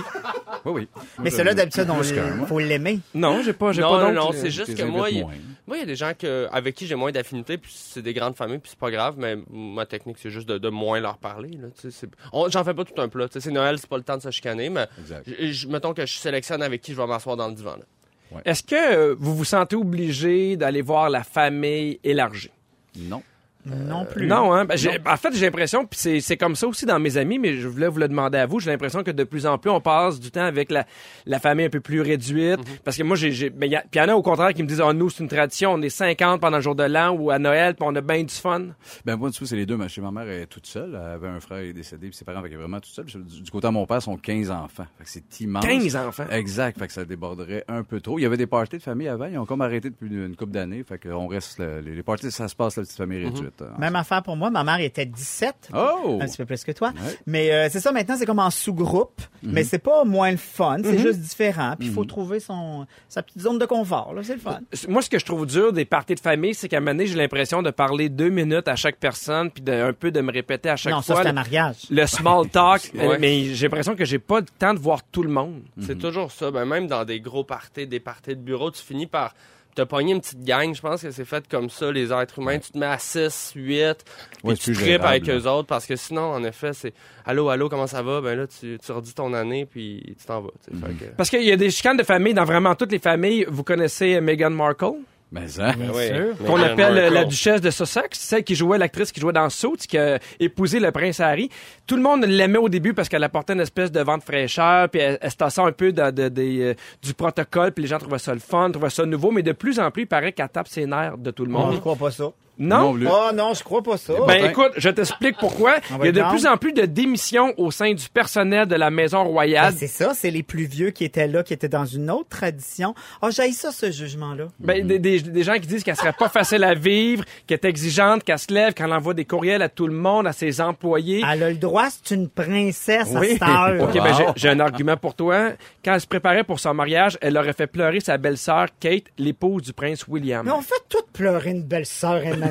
Speaker 4: Oui, oui.
Speaker 2: Mais ceux-là, d'habitude, on
Speaker 4: Plus qu'un,
Speaker 2: l-
Speaker 4: moi.
Speaker 2: faut l'aimer.
Speaker 1: Non, j'ai pas, j'ai
Speaker 3: Non,
Speaker 1: pas euh,
Speaker 3: non,
Speaker 1: d'oncle.
Speaker 3: non, c'est juste
Speaker 4: les
Speaker 3: que
Speaker 4: invites
Speaker 3: moi, il
Speaker 4: moins.
Speaker 3: moi, il y a des gens que, avec qui j'ai moins d'affinité, puis c'est des grandes familles, puis c'est pas grave, mais ma technique, c'est juste de, de moins leur parler. là, tu sais, c'est- on- J'en fais pas tout un plat. tu sais, C'est Noël, c'est pas le temps de se chicaner, mais
Speaker 4: Exact.
Speaker 3: j- j- mettons que je sélectionne avec qui je vais m'asseoir dans le divan. là.
Speaker 1: Est-ce que euh, vous vous sentez obligé d'aller voir la famille élargie?
Speaker 4: Non.
Speaker 2: Non plus.
Speaker 1: Euh, Non, hein? Ben, j'ai- en fait, j'ai l'impression, puis c'est, c'est comme ça aussi dans mes amis, mais je voulais vous le demander à vous, j'ai l'impression que de plus en plus, on passe du temps avec la, la famille un peu plus réduite. Parce que moi, j'ai... j'ai ben, y a- puis y en a au contraire qui me disent, Ah, nous, c'est une tradition, on est 50 pendant le jour de l'an ou à Noël, puis on a bien du fun.
Speaker 4: Ben moi, dessous, c'est les deux. Ma, chez ma mère, elle est toute seule. Elle avait un frère, il est décédé, puis ses parents, fait qu'elle est vraiment toute seule. Puis Du, du côté de mon père, ils sont 15 enfants. Fait que c'est immense.
Speaker 1: 15 enfants?
Speaker 4: Exact. Fait que ça déborderait un peu trop. Il y avait des parties de famille avant. Ils ont comme arrêté depuis une, une couple d'années. Fait qu'on reste... le- les, les parties, ça se passe, la petite famille
Speaker 2: Mhm.
Speaker 4: réduite. hein.
Speaker 2: Même affaire pour moi. Ma mère était 17.
Speaker 4: Oh!
Speaker 2: Un petit peu plus que toi.
Speaker 4: Ouais.
Speaker 2: Mais euh, c'est ça, maintenant, c'est comme en sous-groupe.
Speaker 1: Mhm.
Speaker 2: Mais c'est pas moins le fun, c'est juste différent. Puis il faut trouver son, sa petite zone de confort. là, C'est le fun.
Speaker 1: Moi, ce que je trouve dur des parties de famille, c'est qu'à un moment donné, j'ai l'impression de parler deux minutes à chaque personne, puis de, un peu de me répéter à chaque
Speaker 2: non, ça,
Speaker 1: fois.
Speaker 2: c'est un
Speaker 1: le-
Speaker 2: mariage.
Speaker 1: le small talk,
Speaker 3: Ouais.
Speaker 1: mais j'ai l'impression que j'ai pas le temps de voir tout le monde.
Speaker 3: C'est
Speaker 4: Mhm.
Speaker 3: toujours ça. Ben, même dans des gros parties, des parties de bureau, tu finis par te pogner une petite gang. Je pense que c'est fait comme ça, les êtres humains. Tu te mets à 6, 8,
Speaker 4: Ouais,
Speaker 3: puis
Speaker 4: c'est
Speaker 3: tu
Speaker 4: plus
Speaker 3: tripes
Speaker 4: gérable,
Speaker 3: avec
Speaker 4: là.
Speaker 3: eux autres parce que sinon, en effet, c'est Allô, allô, comment ça va? Ben là, tu, tu redis ton année, puis tu t'en vas. tu sais.
Speaker 4: Mhm.
Speaker 3: Fait que-
Speaker 1: Parce qu'il y a des chicanes de famille dans vraiment toutes les familles. Vous connaissez euh, Meghan Markle,
Speaker 4: Mais hein?
Speaker 3: Ouais.
Speaker 1: qu'on
Speaker 3: Meghan
Speaker 1: appelle euh,
Speaker 3: Markle.
Speaker 1: la duchesse de Sussex, celle qui jouait l'actrice qui jouait dans Suits, qui a épousé le prince Harry. Tout le monde l'aimait au début parce qu'elle apportait une espèce de vent de fraîcheur, puis elle, elle se tassait un peu de- de- des, euh, du protocole, puis les gens trouvaient ça le fun, trouvaient ça nouveau, mais de plus en plus, il paraît qu'elle tape ses nerfs de tout le
Speaker 2: Non, je
Speaker 1: monde.
Speaker 2: crois pas ça.
Speaker 1: Non?
Speaker 4: plus.
Speaker 2: Oh non, je crois pas ça.
Speaker 1: Ben
Speaker 4: Content.
Speaker 1: écoute, je t'explique pourquoi.
Speaker 2: On
Speaker 1: Il y
Speaker 2: va
Speaker 1: a de
Speaker 2: être
Speaker 1: plus
Speaker 2: down.
Speaker 1: en plus de démissions au sein du personnel de la Maison Royale.
Speaker 2: Ben, c'est ça, c'est les plus vieux qui étaient là, qui étaient dans une autre tradition. Ah, oh, j'haïs ça, ce jugement-là.
Speaker 1: Ben, des, des- des gens qui disent qu'elle serait pas facile à vivre, qu'elle est exigeante, qu'elle se lève, qu'elle envoie des courriels à tout le monde, à ses employés.
Speaker 2: Elle a le droit, c'est une princesse à
Speaker 4: Oui.
Speaker 2: cette heure.
Speaker 1: OK, ben
Speaker 4: Wow.
Speaker 1: j'ai- j'ai un argument pour toi. Quand elle se préparait pour son mariage, elle aurait fait pleurer sa belle-sœur Kate, l'épouse du prince William.
Speaker 2: Mais on fait toutes pleurer une belle-sœur, Emmanuel.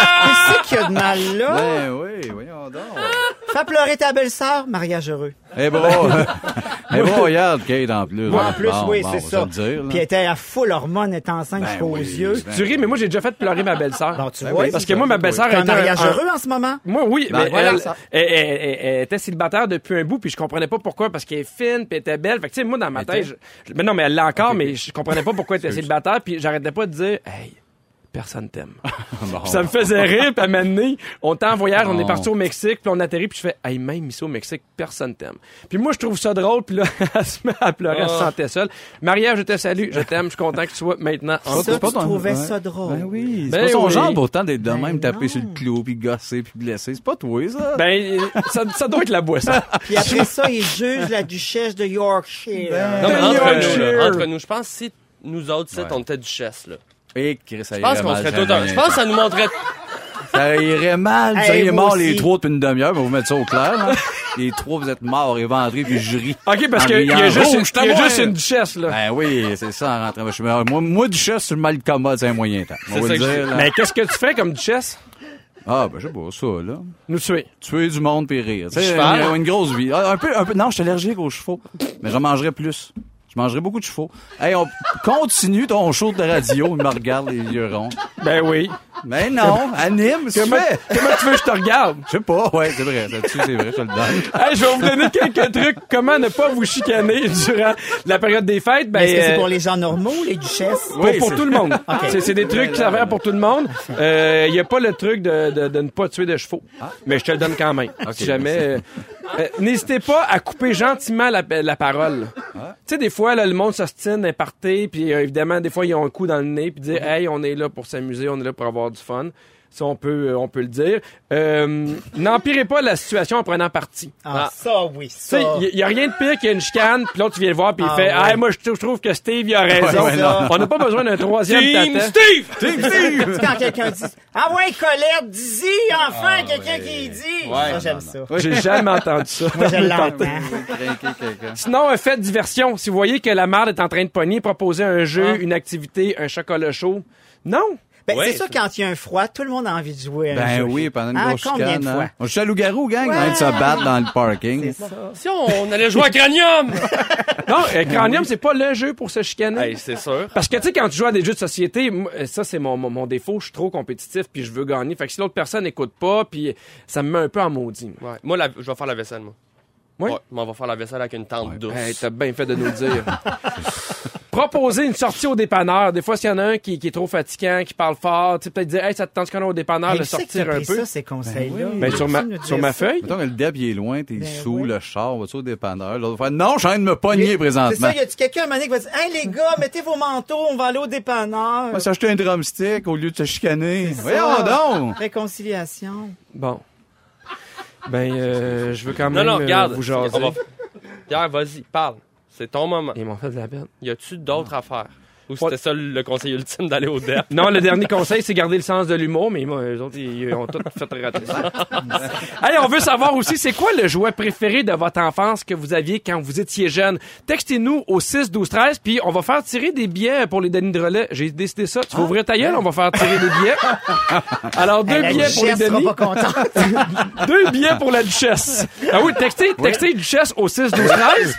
Speaker 2: Qu'est-ce qu'il y a de mal là?
Speaker 4: Ben oui, voyons donc.
Speaker 2: Ah! Fais pleurer ta belle-sœur, mariage heureux.
Speaker 4: Eh bon, eh bon, regarde Kate en plus.
Speaker 2: Moi, en plus, hein.
Speaker 4: Bon,
Speaker 2: oui,
Speaker 4: bon,
Speaker 2: c'est
Speaker 4: on
Speaker 2: ça.
Speaker 4: va se le dire, là.
Speaker 2: Puis elle était à full hormone, elle était enceinte
Speaker 4: Ben
Speaker 2: jusqu'aux
Speaker 4: oui,
Speaker 2: yeux.
Speaker 4: ben
Speaker 1: Tu ris, mais moi, j'ai déjà fait pleurer ma belle-sœur.
Speaker 2: Non, tu
Speaker 4: Ben
Speaker 2: vois,
Speaker 4: oui,
Speaker 1: Parce que moi, ma belle-sœur
Speaker 2: t'as un
Speaker 1: était un-
Speaker 2: mariage
Speaker 1: un-
Speaker 2: heureux en ce moment.
Speaker 1: Moi, oui,
Speaker 4: Ben,
Speaker 1: mais
Speaker 4: voilà
Speaker 1: elle,
Speaker 4: ça.
Speaker 1: elle- elle- elle- elle était célibataire depuis un bout, puis je comprenais pas pourquoi, parce qu'elle est fine, puis elle était belle. Fait que, tu sais, moi, dans ma ben tête, je- mais non, mais elle l'a encore, mais je comprenais pas pourquoi elle était célibataire, puis j'arrêtais pas de dire, hey, personne t'aime. Puis ça me
Speaker 4: Oh.
Speaker 1: faisait rire, puis à un moment donné, on était en voyage, on est parti au Mexique, puis on atterrit, puis je fais, hey, même ici au Mexique, personne t'aime. Puis moi, je trouve ça drôle, puis là, elle se met à pleurer,
Speaker 4: Oh.
Speaker 1: elle se sentait seule. Maria, je te salue, je t'aime, je suis content que tu sois maintenant en
Speaker 2: Ça,
Speaker 4: Oh, c'est pas
Speaker 2: tu
Speaker 4: ton-
Speaker 2: trouvais
Speaker 4: ouais.
Speaker 2: ça drôle.
Speaker 4: Ben oui, c'est
Speaker 1: Ben
Speaker 4: pas son
Speaker 1: oui.
Speaker 4: genre pourtant d'être de
Speaker 2: Ben
Speaker 4: même taper
Speaker 2: non.
Speaker 4: sur le clou, puis gosser, puis blesser. C'est pas toi, ça.
Speaker 1: Ben, euh, ça, ça doit être la boisson.
Speaker 2: Puis après ça, il juge la duchesse de Yorkshire.
Speaker 4: Ben.
Speaker 3: Non, mais
Speaker 1: De
Speaker 3: entre nous,
Speaker 1: Yorkshire.
Speaker 3: là, entre nous, je pense que si nous autres, c'est
Speaker 4: Ouais.
Speaker 3: on était duchesse, là.
Speaker 4: Et Ben, Chris, ça
Speaker 3: Je pense
Speaker 4: irait
Speaker 3: qu'on
Speaker 4: mal.
Speaker 3: serait
Speaker 4: ça
Speaker 3: tout un-
Speaker 4: irait-
Speaker 3: Je pense que ça nous montrait.
Speaker 4: Ça irait mal. Vous
Speaker 2: Hey,
Speaker 4: seriez
Speaker 2: moi
Speaker 4: morts les
Speaker 2: aussi.
Speaker 4: trois depuis une demi-heure, mais vous mettez ça au clair. là. Les trois, vous êtes morts, éventrés, puis je ris.
Speaker 1: OK, parce
Speaker 4: En
Speaker 1: qu'il y a
Speaker 4: riant.
Speaker 1: juste,
Speaker 4: Rouge,
Speaker 1: une-
Speaker 4: t'as
Speaker 1: il y a
Speaker 4: moins.
Speaker 1: juste une duchesse, là.
Speaker 4: Ben oui, c'est ça en rentrant. Je suis meilleur. Moi, moi du chef, c'est le mal commode, c'est un moyen temps. On
Speaker 3: C'est
Speaker 4: va
Speaker 3: ça
Speaker 4: le
Speaker 3: que je-
Speaker 4: dire, là.
Speaker 1: Mais qu'est-ce que tu fais comme duchesse?
Speaker 4: Ah, ben, je sais pas, ça, là.
Speaker 1: Nous tuer.
Speaker 4: Tuer du monde puis rire. Tu sais,
Speaker 3: Cheval?
Speaker 4: une, une grosse vie. Ah, Un peu, un peu. Non, je suis allergique aux chevaux. Mais j'en mangerais plus. Je mangerais beaucoup de chevaux. Hey, on continue ton show de radio. Il me regarde les yeux ronds.
Speaker 1: Ben oui.
Speaker 4: Mais non, anime, c'est
Speaker 1: Comment,
Speaker 4: fait.
Speaker 1: comment tu veux que je te regarde?
Speaker 4: Je sais pas, ouais, c'est vrai. Là-dessus, c'est vrai, je te le donne.
Speaker 1: Hey, je vais vous donner quelques trucs. Comment ne pas vous chicaner durant la période des fêtes? Ben,
Speaker 2: Est-ce que c'est
Speaker 1: euh,
Speaker 2: pour les gens normaux, les duchesses?
Speaker 1: pour,
Speaker 4: Oui,
Speaker 1: pour
Speaker 4: c'est-
Speaker 1: tout le monde. C'est- C'est des trucs qui s'avèrent pour tout le monde. Il n'y a pas le truc de, de- de ne pas tuer de chevaux.
Speaker 4: Ah.
Speaker 1: Mais je te le donne quand même. si jamais. euh, euh, N'hésitez pas à couper gentiment la, la parole.
Speaker 4: Ah.
Speaker 1: Tu sais, des fois, là, le monde s'ostine, est parti, puis euh, évidemment, des fois, ils ont un coup dans le nez, puis
Speaker 4: Mm-hmm.
Speaker 1: dire Hey, on est là pour s'amuser, on est là pour avoir du fun. Ça, on peut, euh, on peut le dire. Euh, N'empirez pas la situation en prenant parti.
Speaker 2: Ah, ça, oui,
Speaker 1: Tu
Speaker 2: ça.
Speaker 1: sais, il n'y a rien de pire qu'il y a une chicane, puis l'autre, tu viens le voir, puis il
Speaker 2: Ah,
Speaker 1: fait
Speaker 2: ouais.
Speaker 1: Ah, moi, je trou- je trouve que Steve, il a raison.
Speaker 2: Ouais, ouais, non.
Speaker 1: On n'a pas besoin d'un troisième
Speaker 3: Team
Speaker 1: tata.
Speaker 3: Steve!
Speaker 2: C'est quand quelqu'un dit Ah ouais, Colette, dis-y,
Speaker 1: Ah
Speaker 2: enfin, quelqu'un qui y dit. ça, j'aime ça.
Speaker 1: J'ai jamais entendu ça.
Speaker 2: Je l'entends. Ben,
Speaker 1: Sinon, euh, faites diversion. Si vous voyez que la merde est en train de pogner, proposez un jeu,
Speaker 2: Ah.
Speaker 1: une activité, un chocolat chaud. Non!
Speaker 2: Ben,
Speaker 3: Ouais.
Speaker 2: c'est sûr, quand il y a un froid, tout le monde a envie de jouer. à un
Speaker 4: Ben
Speaker 2: jeu.
Speaker 4: oui, pendant une
Speaker 2: Ah,
Speaker 4: grosse
Speaker 2: combien
Speaker 4: chicane.
Speaker 2: de
Speaker 4: hein.
Speaker 2: fois?
Speaker 4: On joue à loup-garou, gang. On vient de se battre dans le parking.
Speaker 3: Si on allait jouer à Cranium!
Speaker 1: Non,
Speaker 2: Ah
Speaker 1: euh, Cranium, c'est pas le jeu pour se chicaner.
Speaker 3: hey, c'est sûr.
Speaker 1: Parce que, tu sais, quand tu joues à des jeux de société, moi, euh, ça, c'est mon, mon, mon défaut. Je suis trop compétitif, puis je veux gagner. Fait que si l'autre personne n'écoute pas, puis ça me met un peu en maudit.
Speaker 3: Ouais. Moi, la- je vais faire la vaisselle, moi.
Speaker 1: Oui?
Speaker 3: Ouais, mais on va faire la vaisselle avec une tente douce.
Speaker 1: Hey, t'as bien fait de nous le dire. Proposer une sortie au dépanneur. Des fois, s'il y en a un qui, qui est trop fatigant, qui parle fort, tu sais, peut-être dire, hey, ça te tente qu'on aille au dépanneur,
Speaker 2: Hey,
Speaker 1: le
Speaker 2: tu sais que
Speaker 1: sortir
Speaker 2: t'as
Speaker 1: un
Speaker 2: pris
Speaker 1: peu.
Speaker 2: ça, ces conseils-là.
Speaker 1: Ben, sur ma,
Speaker 2: Tu nous dis
Speaker 1: sur ma
Speaker 2: ça?
Speaker 1: feuille.
Speaker 4: Mettons que le deb, il est loin, t'es sous,
Speaker 2: Ben oui.
Speaker 4: le char, vas-tu au dépanneur? L'autre fois, non, je viens de me pogner
Speaker 2: C'est
Speaker 4: présentement.
Speaker 2: ça, y a-tu quelqu'un à un moment donné qui va dire Hey les gars, mettez vos manteaux, on va aller au dépanneur.
Speaker 4: On va s'acheter un drumstick au lieu de se chicaner.
Speaker 2: ça.
Speaker 4: Voyons donc!
Speaker 2: Réconciliation.
Speaker 1: Bon. Ben, euh, je veux quand
Speaker 3: Non,
Speaker 1: même
Speaker 3: non,
Speaker 1: euh,
Speaker 3: regarde.
Speaker 1: vous jaser.
Speaker 3: On va- Pierre, vas-y, parle. C'est ton moment.
Speaker 1: Ils m'ont fait de la peine.
Speaker 3: Y a-tu d'autres affaires? Ou
Speaker 1: Pas-
Speaker 3: c'était ça le conseil ultime d'aller au DEP?
Speaker 1: Non, le dernier conseil, c'est garder le sens de l'humour, mais moi, eux autres, ils, ils ont tout fait rater ça. Allez, on veut savoir aussi, c'est quoi le jouet préféré de votre enfance que vous aviez quand vous étiez jeune? Textez-nous au 6 12 13, puis on va faire tirer des billets pour les Denis de relais. J'ai décidé ça.
Speaker 2: Ah,
Speaker 1: Tu vas ouvrir ta gueule, on va faire tirer des billets. Alors, deux
Speaker 2: ben. La
Speaker 1: billets pour les
Speaker 2: duchesse Ben, sera
Speaker 1: Denis.
Speaker 2: pas contente.
Speaker 1: Deux billets pour la duchesse. Ah oui, textez, textez duchesse au 6 12 13.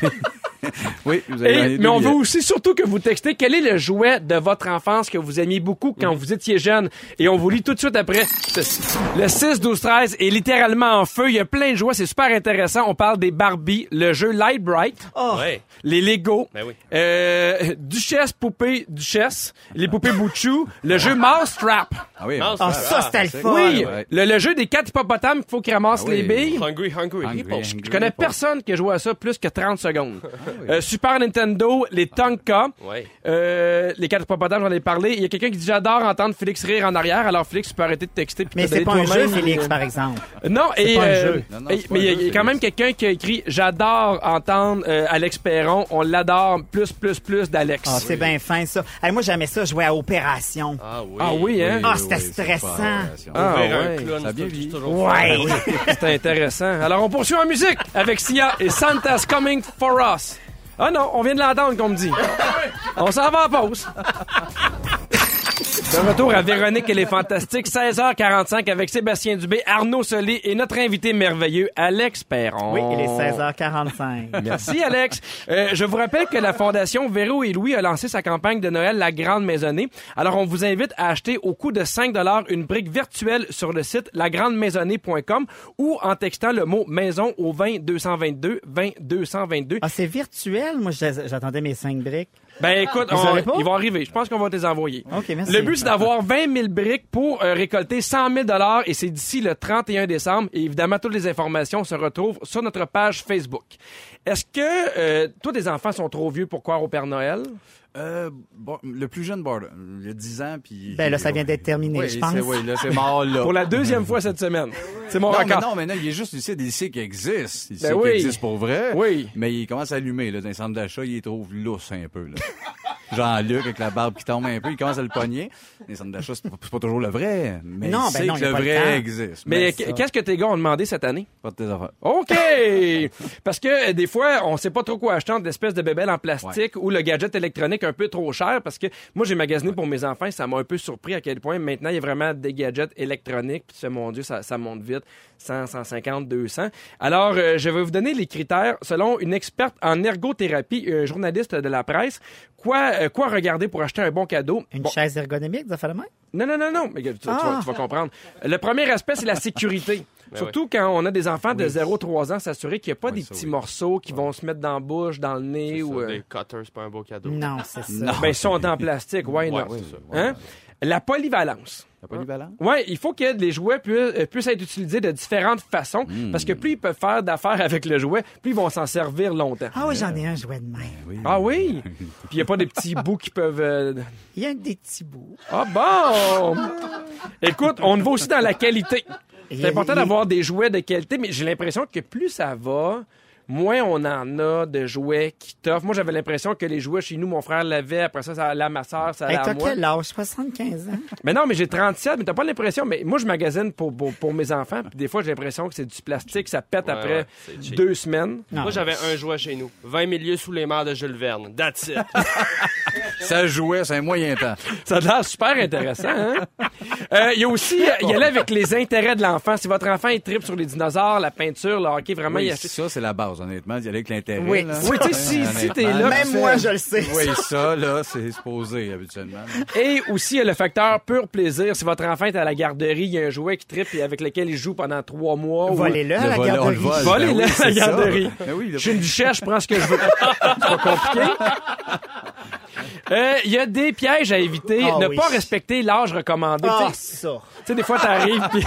Speaker 4: Oui, vous
Speaker 1: Et-
Speaker 4: avez gagné
Speaker 1: mais
Speaker 4: deux
Speaker 1: on veut
Speaker 4: billets.
Speaker 1: aussi surtout que vous textez quel est le jouet de votre enfance que vous aimiez beaucoup quand vous étiez jeune. Et on vous lit tout de suite après. ceci. Le 6, 12, 13 est littéralement en feu. Il y a plein de jouets. C'est super intéressant. On parle des Barbie, le jeu Light Bright,
Speaker 3: Ouais.
Speaker 1: les Lego,
Speaker 3: Ben oui.
Speaker 1: euh, Duchesse, Poupée, Duchesse, les poupées Bouchou, le jeu Mousetrap.
Speaker 4: Ah oui,
Speaker 3: Non,
Speaker 4: on-
Speaker 2: Ah,
Speaker 3: c'est-
Speaker 2: ça, c'était le fun.
Speaker 1: Oui,
Speaker 4: ouais.
Speaker 1: le, le jeu des quatre hippopotames qu'il faut qu'ils ramassent
Speaker 4: Ah
Speaker 1: les
Speaker 4: oui.
Speaker 1: billes.
Speaker 3: Hungry, hungry.
Speaker 4: Hungry,
Speaker 3: Hippo.
Speaker 4: hungry.
Speaker 1: Je connais personne qui a joué à ça plus que 30 secondes.
Speaker 4: Ah
Speaker 1: Euh, Super Nintendo, les Tonka,
Speaker 3: Ouais.
Speaker 1: euh, les quatre hippopotames, j'en ai parlé. Il y a quelqu'un qui dit j'adore entendre Félix rire en arrière. Alors Félix, tu peux arrêter de texter. puis
Speaker 2: Mais
Speaker 1: te
Speaker 2: c'est
Speaker 1: donner
Speaker 2: pas un jeu,
Speaker 1: toi-même. hein.
Speaker 2: Félix, par exemple. Ah,
Speaker 1: Non, et,
Speaker 2: pas un
Speaker 1: euh,
Speaker 2: jeu.
Speaker 4: Non, non,
Speaker 1: et-
Speaker 4: c'est pas
Speaker 1: mais
Speaker 4: un
Speaker 1: il y a-
Speaker 4: jeu,
Speaker 1: il y a quand
Speaker 4: Félix.
Speaker 1: même quelqu'un qui a écrit j'adore entendre euh, Alex Perron. On l'adore plus plus plus d'Alex.
Speaker 2: Ah, c'est bien fin, ça. Hey, moi, j'aimais ça, jouer à Opération.
Speaker 3: Ah oui.
Speaker 1: Ah oui hein.
Speaker 2: Ah, c'était
Speaker 4: c'est pas
Speaker 2: stressant.
Speaker 4: la relation.
Speaker 1: Ah,
Speaker 3: Ouvrir un
Speaker 1: ouais.
Speaker 3: clown,
Speaker 4: Ça a bien
Speaker 3: c'est- c'est
Speaker 4: vieilli.
Speaker 3: toujours
Speaker 1: Ah,
Speaker 2: Ouais.
Speaker 1: C'était intéressant. Alors, on poursuit en musique avec Sia et Santa's Coming For Us. Ah non, on vient de l'entendre, qu'on me dit. On s'en va en pause. De retour à Véronique et les Fantastiques, 16h45 avec Sébastien Dubé, Arnaud Solé et notre invité merveilleux, Alex Perron.
Speaker 2: Oui, il est 16h45.
Speaker 1: Merci, Alex. Euh, je vous rappelle que la Fondation Véro et Louis a lancé sa campagne de Noël La Grande Maisonnée. Alors, on vous invite à acheter au coût de 5 une brique virtuelle sur le site lagrandemaisonnée.com ou en textant le mot maison au 20 222 20 222.
Speaker 2: Ah, c'est virtuel. Moi, j'a- j'attendais mes cinq briques.
Speaker 1: Ben écoute,
Speaker 2: Vous
Speaker 1: on-
Speaker 2: savez pas?
Speaker 1: ils vont arriver. Je pense qu'on va te les envoyer.
Speaker 2: OK, merci.
Speaker 1: Le but, c'est d'avoir 20 000 briques pour euh, récolter 100 000 et c'est d'ici le 31 décembre. Et évidemment, toutes les informations se retrouvent sur notre page Facebook. Est-ce que euh, toi, tes enfants sont trop vieux pour croire au Père Noël?
Speaker 4: Euh, bon, le plus jeune Bard, il a 10 ans, puis...
Speaker 2: Ben là, ça vient d'être terminé,
Speaker 4: Oui,
Speaker 2: je pense.
Speaker 4: c'est- Oui, là, c'est mort, là.
Speaker 1: Pour la deuxième fois cette semaine. C'est mon
Speaker 4: Non, mais
Speaker 1: record.
Speaker 4: non, mais non, il est juste ici, des sites qui existent. Des
Speaker 1: Ben
Speaker 4: sites
Speaker 1: oui.
Speaker 4: qui existent pour vrai.
Speaker 1: Oui.
Speaker 4: Mais il commence à allumer, là, dans les centres d'achat, il les trouve lousse un peu, là. Jean-Luc avec la barbe qui tombe un peu, il commence à le pogner. Les centres d'achat, c'est pas, c'est pas toujours le vrai, mais
Speaker 2: Non,
Speaker 4: il
Speaker 2: ben
Speaker 4: sait
Speaker 2: non,
Speaker 4: que
Speaker 2: il y a
Speaker 4: le
Speaker 2: pas le
Speaker 4: vrai
Speaker 2: temps.
Speaker 4: existe.
Speaker 2: Ben,
Speaker 1: Mais
Speaker 4: ça,
Speaker 1: qu- qu'est-ce que tes gars ont demandé cette année?
Speaker 4: pas de tes affaires.
Speaker 1: OK! Parce que euh, des fois, on sait pas trop quoi acheter entre l'espèce de bébelle en plastique ou le gadget électronique un peu trop cher parce que moi, j'ai magasiné pour mes enfants et ça m'a un peu surpris à quel point maintenant, il y a vraiment des gadgets électroniques. Puis tu fais, mon Dieu, ça, ça monte vite. 100, 150, 200. Alors, euh, je vais vous donner les critères selon une experte en ergothérapie, euh, journaliste de la presse. Quoi, euh, quoi regarder pour acheter un bon cadeau?
Speaker 2: Une
Speaker 1: Bon,
Speaker 2: chaise ergonomique, ça fait la même?
Speaker 1: non, non, non, non. Mais tu, tu vas-
Speaker 2: Ah.
Speaker 1: tu vas comprendre. Le premier aspect, c'est la sécurité.
Speaker 3: Ben
Speaker 1: Surtout quand on a des enfants de 0-3 ans, s'assurer qu'il n'y a pas
Speaker 4: Oui,
Speaker 1: des
Speaker 4: ça,
Speaker 1: petits
Speaker 4: oui.
Speaker 1: morceaux qui vont se mettre dans la bouche, dans le nez. ou,
Speaker 3: Ça,
Speaker 1: euh,
Speaker 3: Des cutters, c'est pas un beau cadeau.
Speaker 2: Non, c'est ça.
Speaker 4: Non.
Speaker 1: Ben, ils sont en plastique, why
Speaker 3: Ouais,
Speaker 1: not?
Speaker 3: c'est ça.
Speaker 1: Hein? La polyvalence.
Speaker 4: T'as pas du ballon?
Speaker 1: Ouais, il faut que les jouets pu- euh, puissent être utilisés de différentes façons,
Speaker 3: Hmm.
Speaker 1: parce que plus ils peuvent faire d'affaires avec le jouet, plus ils vont s'en servir longtemps.
Speaker 2: Ah oui, j'en ai un jouet de
Speaker 4: Ben
Speaker 2: même.
Speaker 1: Ah oui? Puis il n'y a pas des petits bouts qui peuvent... euh,
Speaker 2: Il y a des petits bouts.
Speaker 1: Ah bon! Écoute, on va aussi dans la qualité.
Speaker 2: Il y
Speaker 1: C'est
Speaker 2: a-
Speaker 1: important
Speaker 2: il-
Speaker 1: d'avoir des jouets de qualité, mais j'ai l'impression que plus ça va, moins on en a de jouets qui t'offrent. Moi, j'avais l'impression que les jouets chez nous, mon frère l'avait, après ça, ça allait à ma soeur, ça allait
Speaker 2: Hey,
Speaker 1: à
Speaker 2: t'as
Speaker 1: moi.
Speaker 2: quel âge? 75 ans?
Speaker 1: Mais non, mais j'ai 37, mais t'as pas l'impression. Mais moi, je magasine pour, pour, pour mes enfants, puis des fois, j'ai l'impression que c'est du plastique, ça pète
Speaker 3: Ouais,
Speaker 1: après
Speaker 3: ouais, c'est cheap.
Speaker 1: deux semaines.
Speaker 3: Moi, j'avais un jouet chez nous. 20 milieux sous les mers de Jules Verne. That's it.
Speaker 4: Ça jouait, c'est un moyen temps.
Speaker 1: Ça a l'air super intéressant, hein? Euh, Il y a aussi, euh, il y a là avec les intérêts de l'enfant. Si votre enfant est tripe sur les dinosaures, la peinture, le hockey, vraiment, il
Speaker 4: Oui,
Speaker 1: y a...
Speaker 4: ça, c'est la base, honnêtement, d'y aller avec l'intérêt.
Speaker 2: Oui.
Speaker 4: là.
Speaker 1: Oui, tu sais, si- si t'es là,
Speaker 2: Même moi, je le sais.
Speaker 4: Oui, ça, là, c'est supposé, habituellement.
Speaker 1: Et aussi, il y a le facteur pur plaisir. Si votre enfant est à la garderie, il y a un jouet qui tripe et avec lequel il joue pendant trois mois. ou-
Speaker 2: Volez-le à la
Speaker 4: volet, on
Speaker 2: garderie.
Speaker 4: le vole.
Speaker 1: Volez-le
Speaker 4: Ben
Speaker 1: à
Speaker 4: oui,
Speaker 1: la
Speaker 4: c'est ça.
Speaker 1: garderie.
Speaker 4: Ben oui,
Speaker 1: Je
Speaker 4: le-
Speaker 1: suis une duchesse, je prends ce que je veux. C'est pas compliqué. Euh, Il y a des pièges à éviter.
Speaker 2: Ah
Speaker 1: ne
Speaker 2: oui.
Speaker 1: pas respecter l'âge recommandé.
Speaker 2: Ah,
Speaker 1: Tu sais-
Speaker 2: ça.
Speaker 1: tu sais, des fois, t'arrives puis...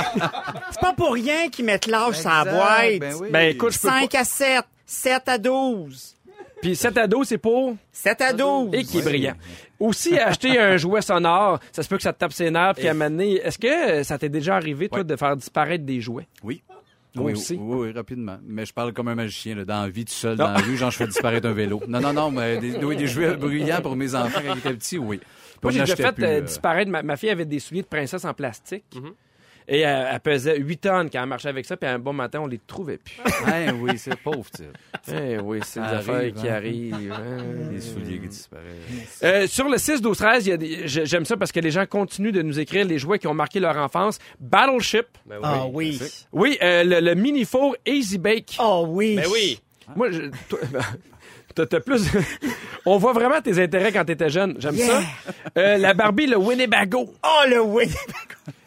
Speaker 2: C'est pas pour rien qu'ils mettent l'âge sur la
Speaker 4: Exact,
Speaker 2: boîte.
Speaker 4: ben oui.
Speaker 1: Ben, écoute, je peux
Speaker 2: 5 à 7, 7 à 12,
Speaker 1: Puis 7 à 12, c'est pour...
Speaker 2: 7 à 12.
Speaker 1: Et qui est brillant. Aussi, acheter un jouet sonore, ça se peut que ça te tape ses nerfs, puis à un moment donné, Est-ce que euh, ça t'est déjà arrivé, toi,
Speaker 4: Ouais.
Speaker 1: de faire disparaître des jouets?
Speaker 4: Oui.
Speaker 1: Moi
Speaker 4: oui,
Speaker 1: aussi.
Speaker 4: Oui, oui, rapidement. Mais je parle comme un magicien, là, dans la vie, tout seul, dans la rue, genre, je fais disparaître un vélo. Non, non, non, mais des, oui, des jouets bruyants pour mes enfants quand ils étaient petits, oui. Puis
Speaker 1: Moi,
Speaker 4: on
Speaker 1: j'ai déjà
Speaker 4: n'achetait
Speaker 1: fait
Speaker 4: plus,
Speaker 1: euh, Mhm.
Speaker 4: euh,
Speaker 1: disparaître. Ma, ma fille avait des souliers de princesse en plastique. Et elle, elle pesait 8 tonnes quand elle marchait avec ça, puis un bon matin, on les trouvait plus.
Speaker 4: hein, oui, c'est pauvre, tu sais.
Speaker 1: Eh oui, c'est des
Speaker 4: Ça
Speaker 1: affaires
Speaker 4: arrive,
Speaker 1: qui
Speaker 4: hein.
Speaker 1: arrivent. hein.
Speaker 4: Les souliers qui disparaissent.
Speaker 1: Euh, sur le 6, 12, 13, il y a des- j'ai- j'aime ça parce que les gens continuent de nous écrire les jouets qui ont marqué leur enfance. Battleship.
Speaker 3: Ben oui.
Speaker 2: Ah oui.
Speaker 1: Oui, euh, le, le mini four Easy Bake.
Speaker 2: Ah oui.
Speaker 3: Ben oui.
Speaker 1: Moi, je- toi- t'as- t'as plus. On voit vraiment tes intérêts quand t'étais jeune. J'aime ça. Euh, la Barbie, le Winnebago.
Speaker 2: Oh le oui.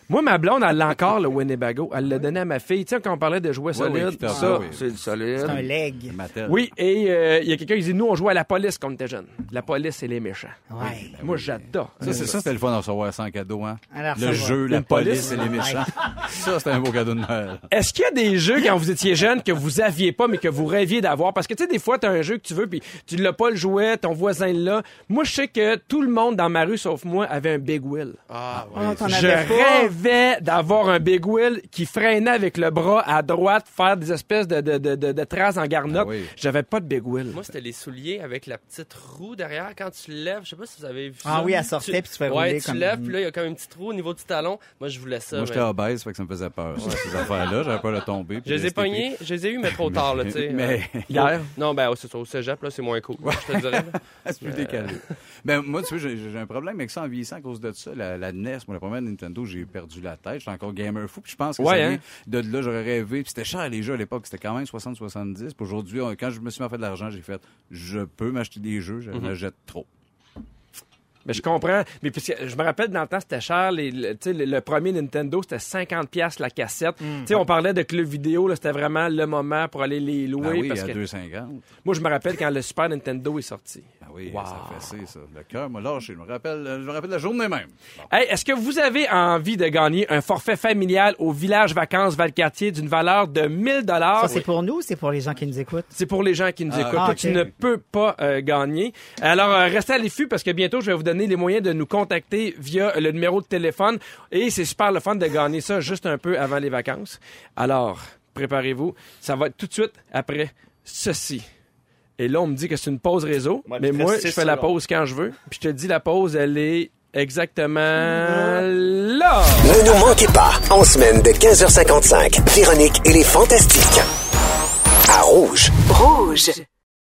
Speaker 1: Moi, ma blonde, elle l'a encore, le Winnebago. Elle l'a donné à ma fille. Tu sais, quand on parlait de jouets
Speaker 4: Oui, oui,
Speaker 1: solides,
Speaker 4: qui
Speaker 1: ça,
Speaker 4: t'en- oui.
Speaker 1: c'est le solide.
Speaker 2: C'est un leg.
Speaker 4: Mattel.
Speaker 1: Oui, et euh, il y a quelqu'un qui dit, nous, on jouait à la police quand on était jeunes. La police, c'est les méchants.
Speaker 2: Ouais.
Speaker 1: Moi, j'adore.
Speaker 4: Ben Ça, c'est ça, c'était le fun d'en recevoir ça en cadeau, hein?
Speaker 2: Alors, ça
Speaker 4: le
Speaker 2: va.
Speaker 4: jeu, la
Speaker 1: Une police.
Speaker 4: police et les méchants. ça, c'était un beau cadeau de Noël.
Speaker 1: Est-ce qu'il y a des jeux, quand vous étiez jeune, que vous aviez pas, mais que vous rêviez d'avoir? Parce que, tu sais, des fois, t'as un jeu que tu veux, puis tu l'as pas, le jouet, ton voisin là. Moi, je sais que tout le monde dans ma rue, sauf moi, avait un Big Wheel.
Speaker 3: Ah, ouais.
Speaker 2: Oh, t'en
Speaker 1: Je
Speaker 2: avais pas.
Speaker 1: rêvais d'avoir un big wheel qui freinait avec le bras à droite, faire des espèces de, de, de, de, de traces en garnotte.
Speaker 4: Ah oui.
Speaker 1: J'avais pas de big wheel.
Speaker 3: Moi, c'était les souliers avec la petite roue derrière. Quand tu lèves, je sais pas si vous avez vu.
Speaker 2: Ah
Speaker 3: ça.
Speaker 2: oui, elle sortait, puis tu fais
Speaker 3: ouais,
Speaker 2: rouler
Speaker 3: tu
Speaker 2: comme-
Speaker 3: lèves, puis là, il y a comme une petite roue au niveau du talon. Moi, je voulais ça.
Speaker 4: Moi,
Speaker 3: mais-
Speaker 4: j'étais obèse, fait que ça me faisait peur, ça, ces affaires-là. J'avais peur de tomber. puis
Speaker 3: Je les ai
Speaker 4: rester pris.
Speaker 3: pognés, je les ai eu, mais trop tard, là, tu sais.
Speaker 4: Mais-
Speaker 3: Euh,
Speaker 1: Hier.
Speaker 3: Non, ben, c'est ça, au cégep, là, c'est moins cool, je te dirais. là.
Speaker 4: C'est plus décalé. Ben, moi, tu sais, j'ai- j'ai un problème avec ça en vieillissant à cause de ça. La, la NES, moi, la première Nintendo, j'ai perdu la tête. J'étais encore gamer fou. Puis je pense que
Speaker 1: Ouais,
Speaker 4: ça
Speaker 1: hein?
Speaker 4: vient de là, j'aurais rêvé. Puis c'était cher, les jeux, à l'époque. C'était quand même 60-70. Puis aujourd'hui, on- quand je me suis mis à faire de l'argent, j'ai fait, je peux m'acheter des jeux, je me jette trop.
Speaker 1: Mais je comprends. Mais puisque je me rappelle, dans le temps, c'était cher. Les, le, tu sais, le, le premier Nintendo, c'était 50$ piastres la cassette.
Speaker 4: Hmm.
Speaker 1: Tu sais, on parlait de club vidéo. là, C'était vraiment le moment pour aller les louer.
Speaker 4: Ben oui,
Speaker 1: parce
Speaker 4: à
Speaker 1: que
Speaker 4: 2,50.
Speaker 1: Moi, je me rappelle quand le Super Nintendo est sorti.
Speaker 4: Ben oui, ça fait c'est ça. Le cœur m'a lâché. Je me rappelle, je me rappelle la journée même. Bon.
Speaker 1: Hey, Est-ce que vous avez envie de gagner un forfait familial au village vacances Valcartier d'une valeur de 1000
Speaker 2: Ça, c'est pour nous ou c'est pour les gens qui nous écoutent?
Speaker 1: C'est pour les gens qui nous
Speaker 4: Ah,
Speaker 1: écoutent.
Speaker 2: ok.
Speaker 1: Tu ne peux pas euh, gagner. Alors, euh, restez à l'effet parce que bientôt, je vais vous donner les moyens de nous contacter via le numéro de téléphone. Et c'est super le fun de gagner ça juste un peu avant les vacances. Alors, préparez-vous. Ça va être tout de suite après ceci. Et là, on me dit que c'est une pause réseau.
Speaker 7: Ouais,
Speaker 1: mais
Speaker 7: il te
Speaker 1: moi,
Speaker 7: reste
Speaker 1: je
Speaker 7: six
Speaker 1: fais la
Speaker 7: secondes.
Speaker 1: pause quand je veux. Puis je te dis, la pause, elle est exactement là.
Speaker 8: Ne nous manquez pas, en semaine de 15h55, Véronique et les Fantastiques. À Rouge.
Speaker 9: Rouge.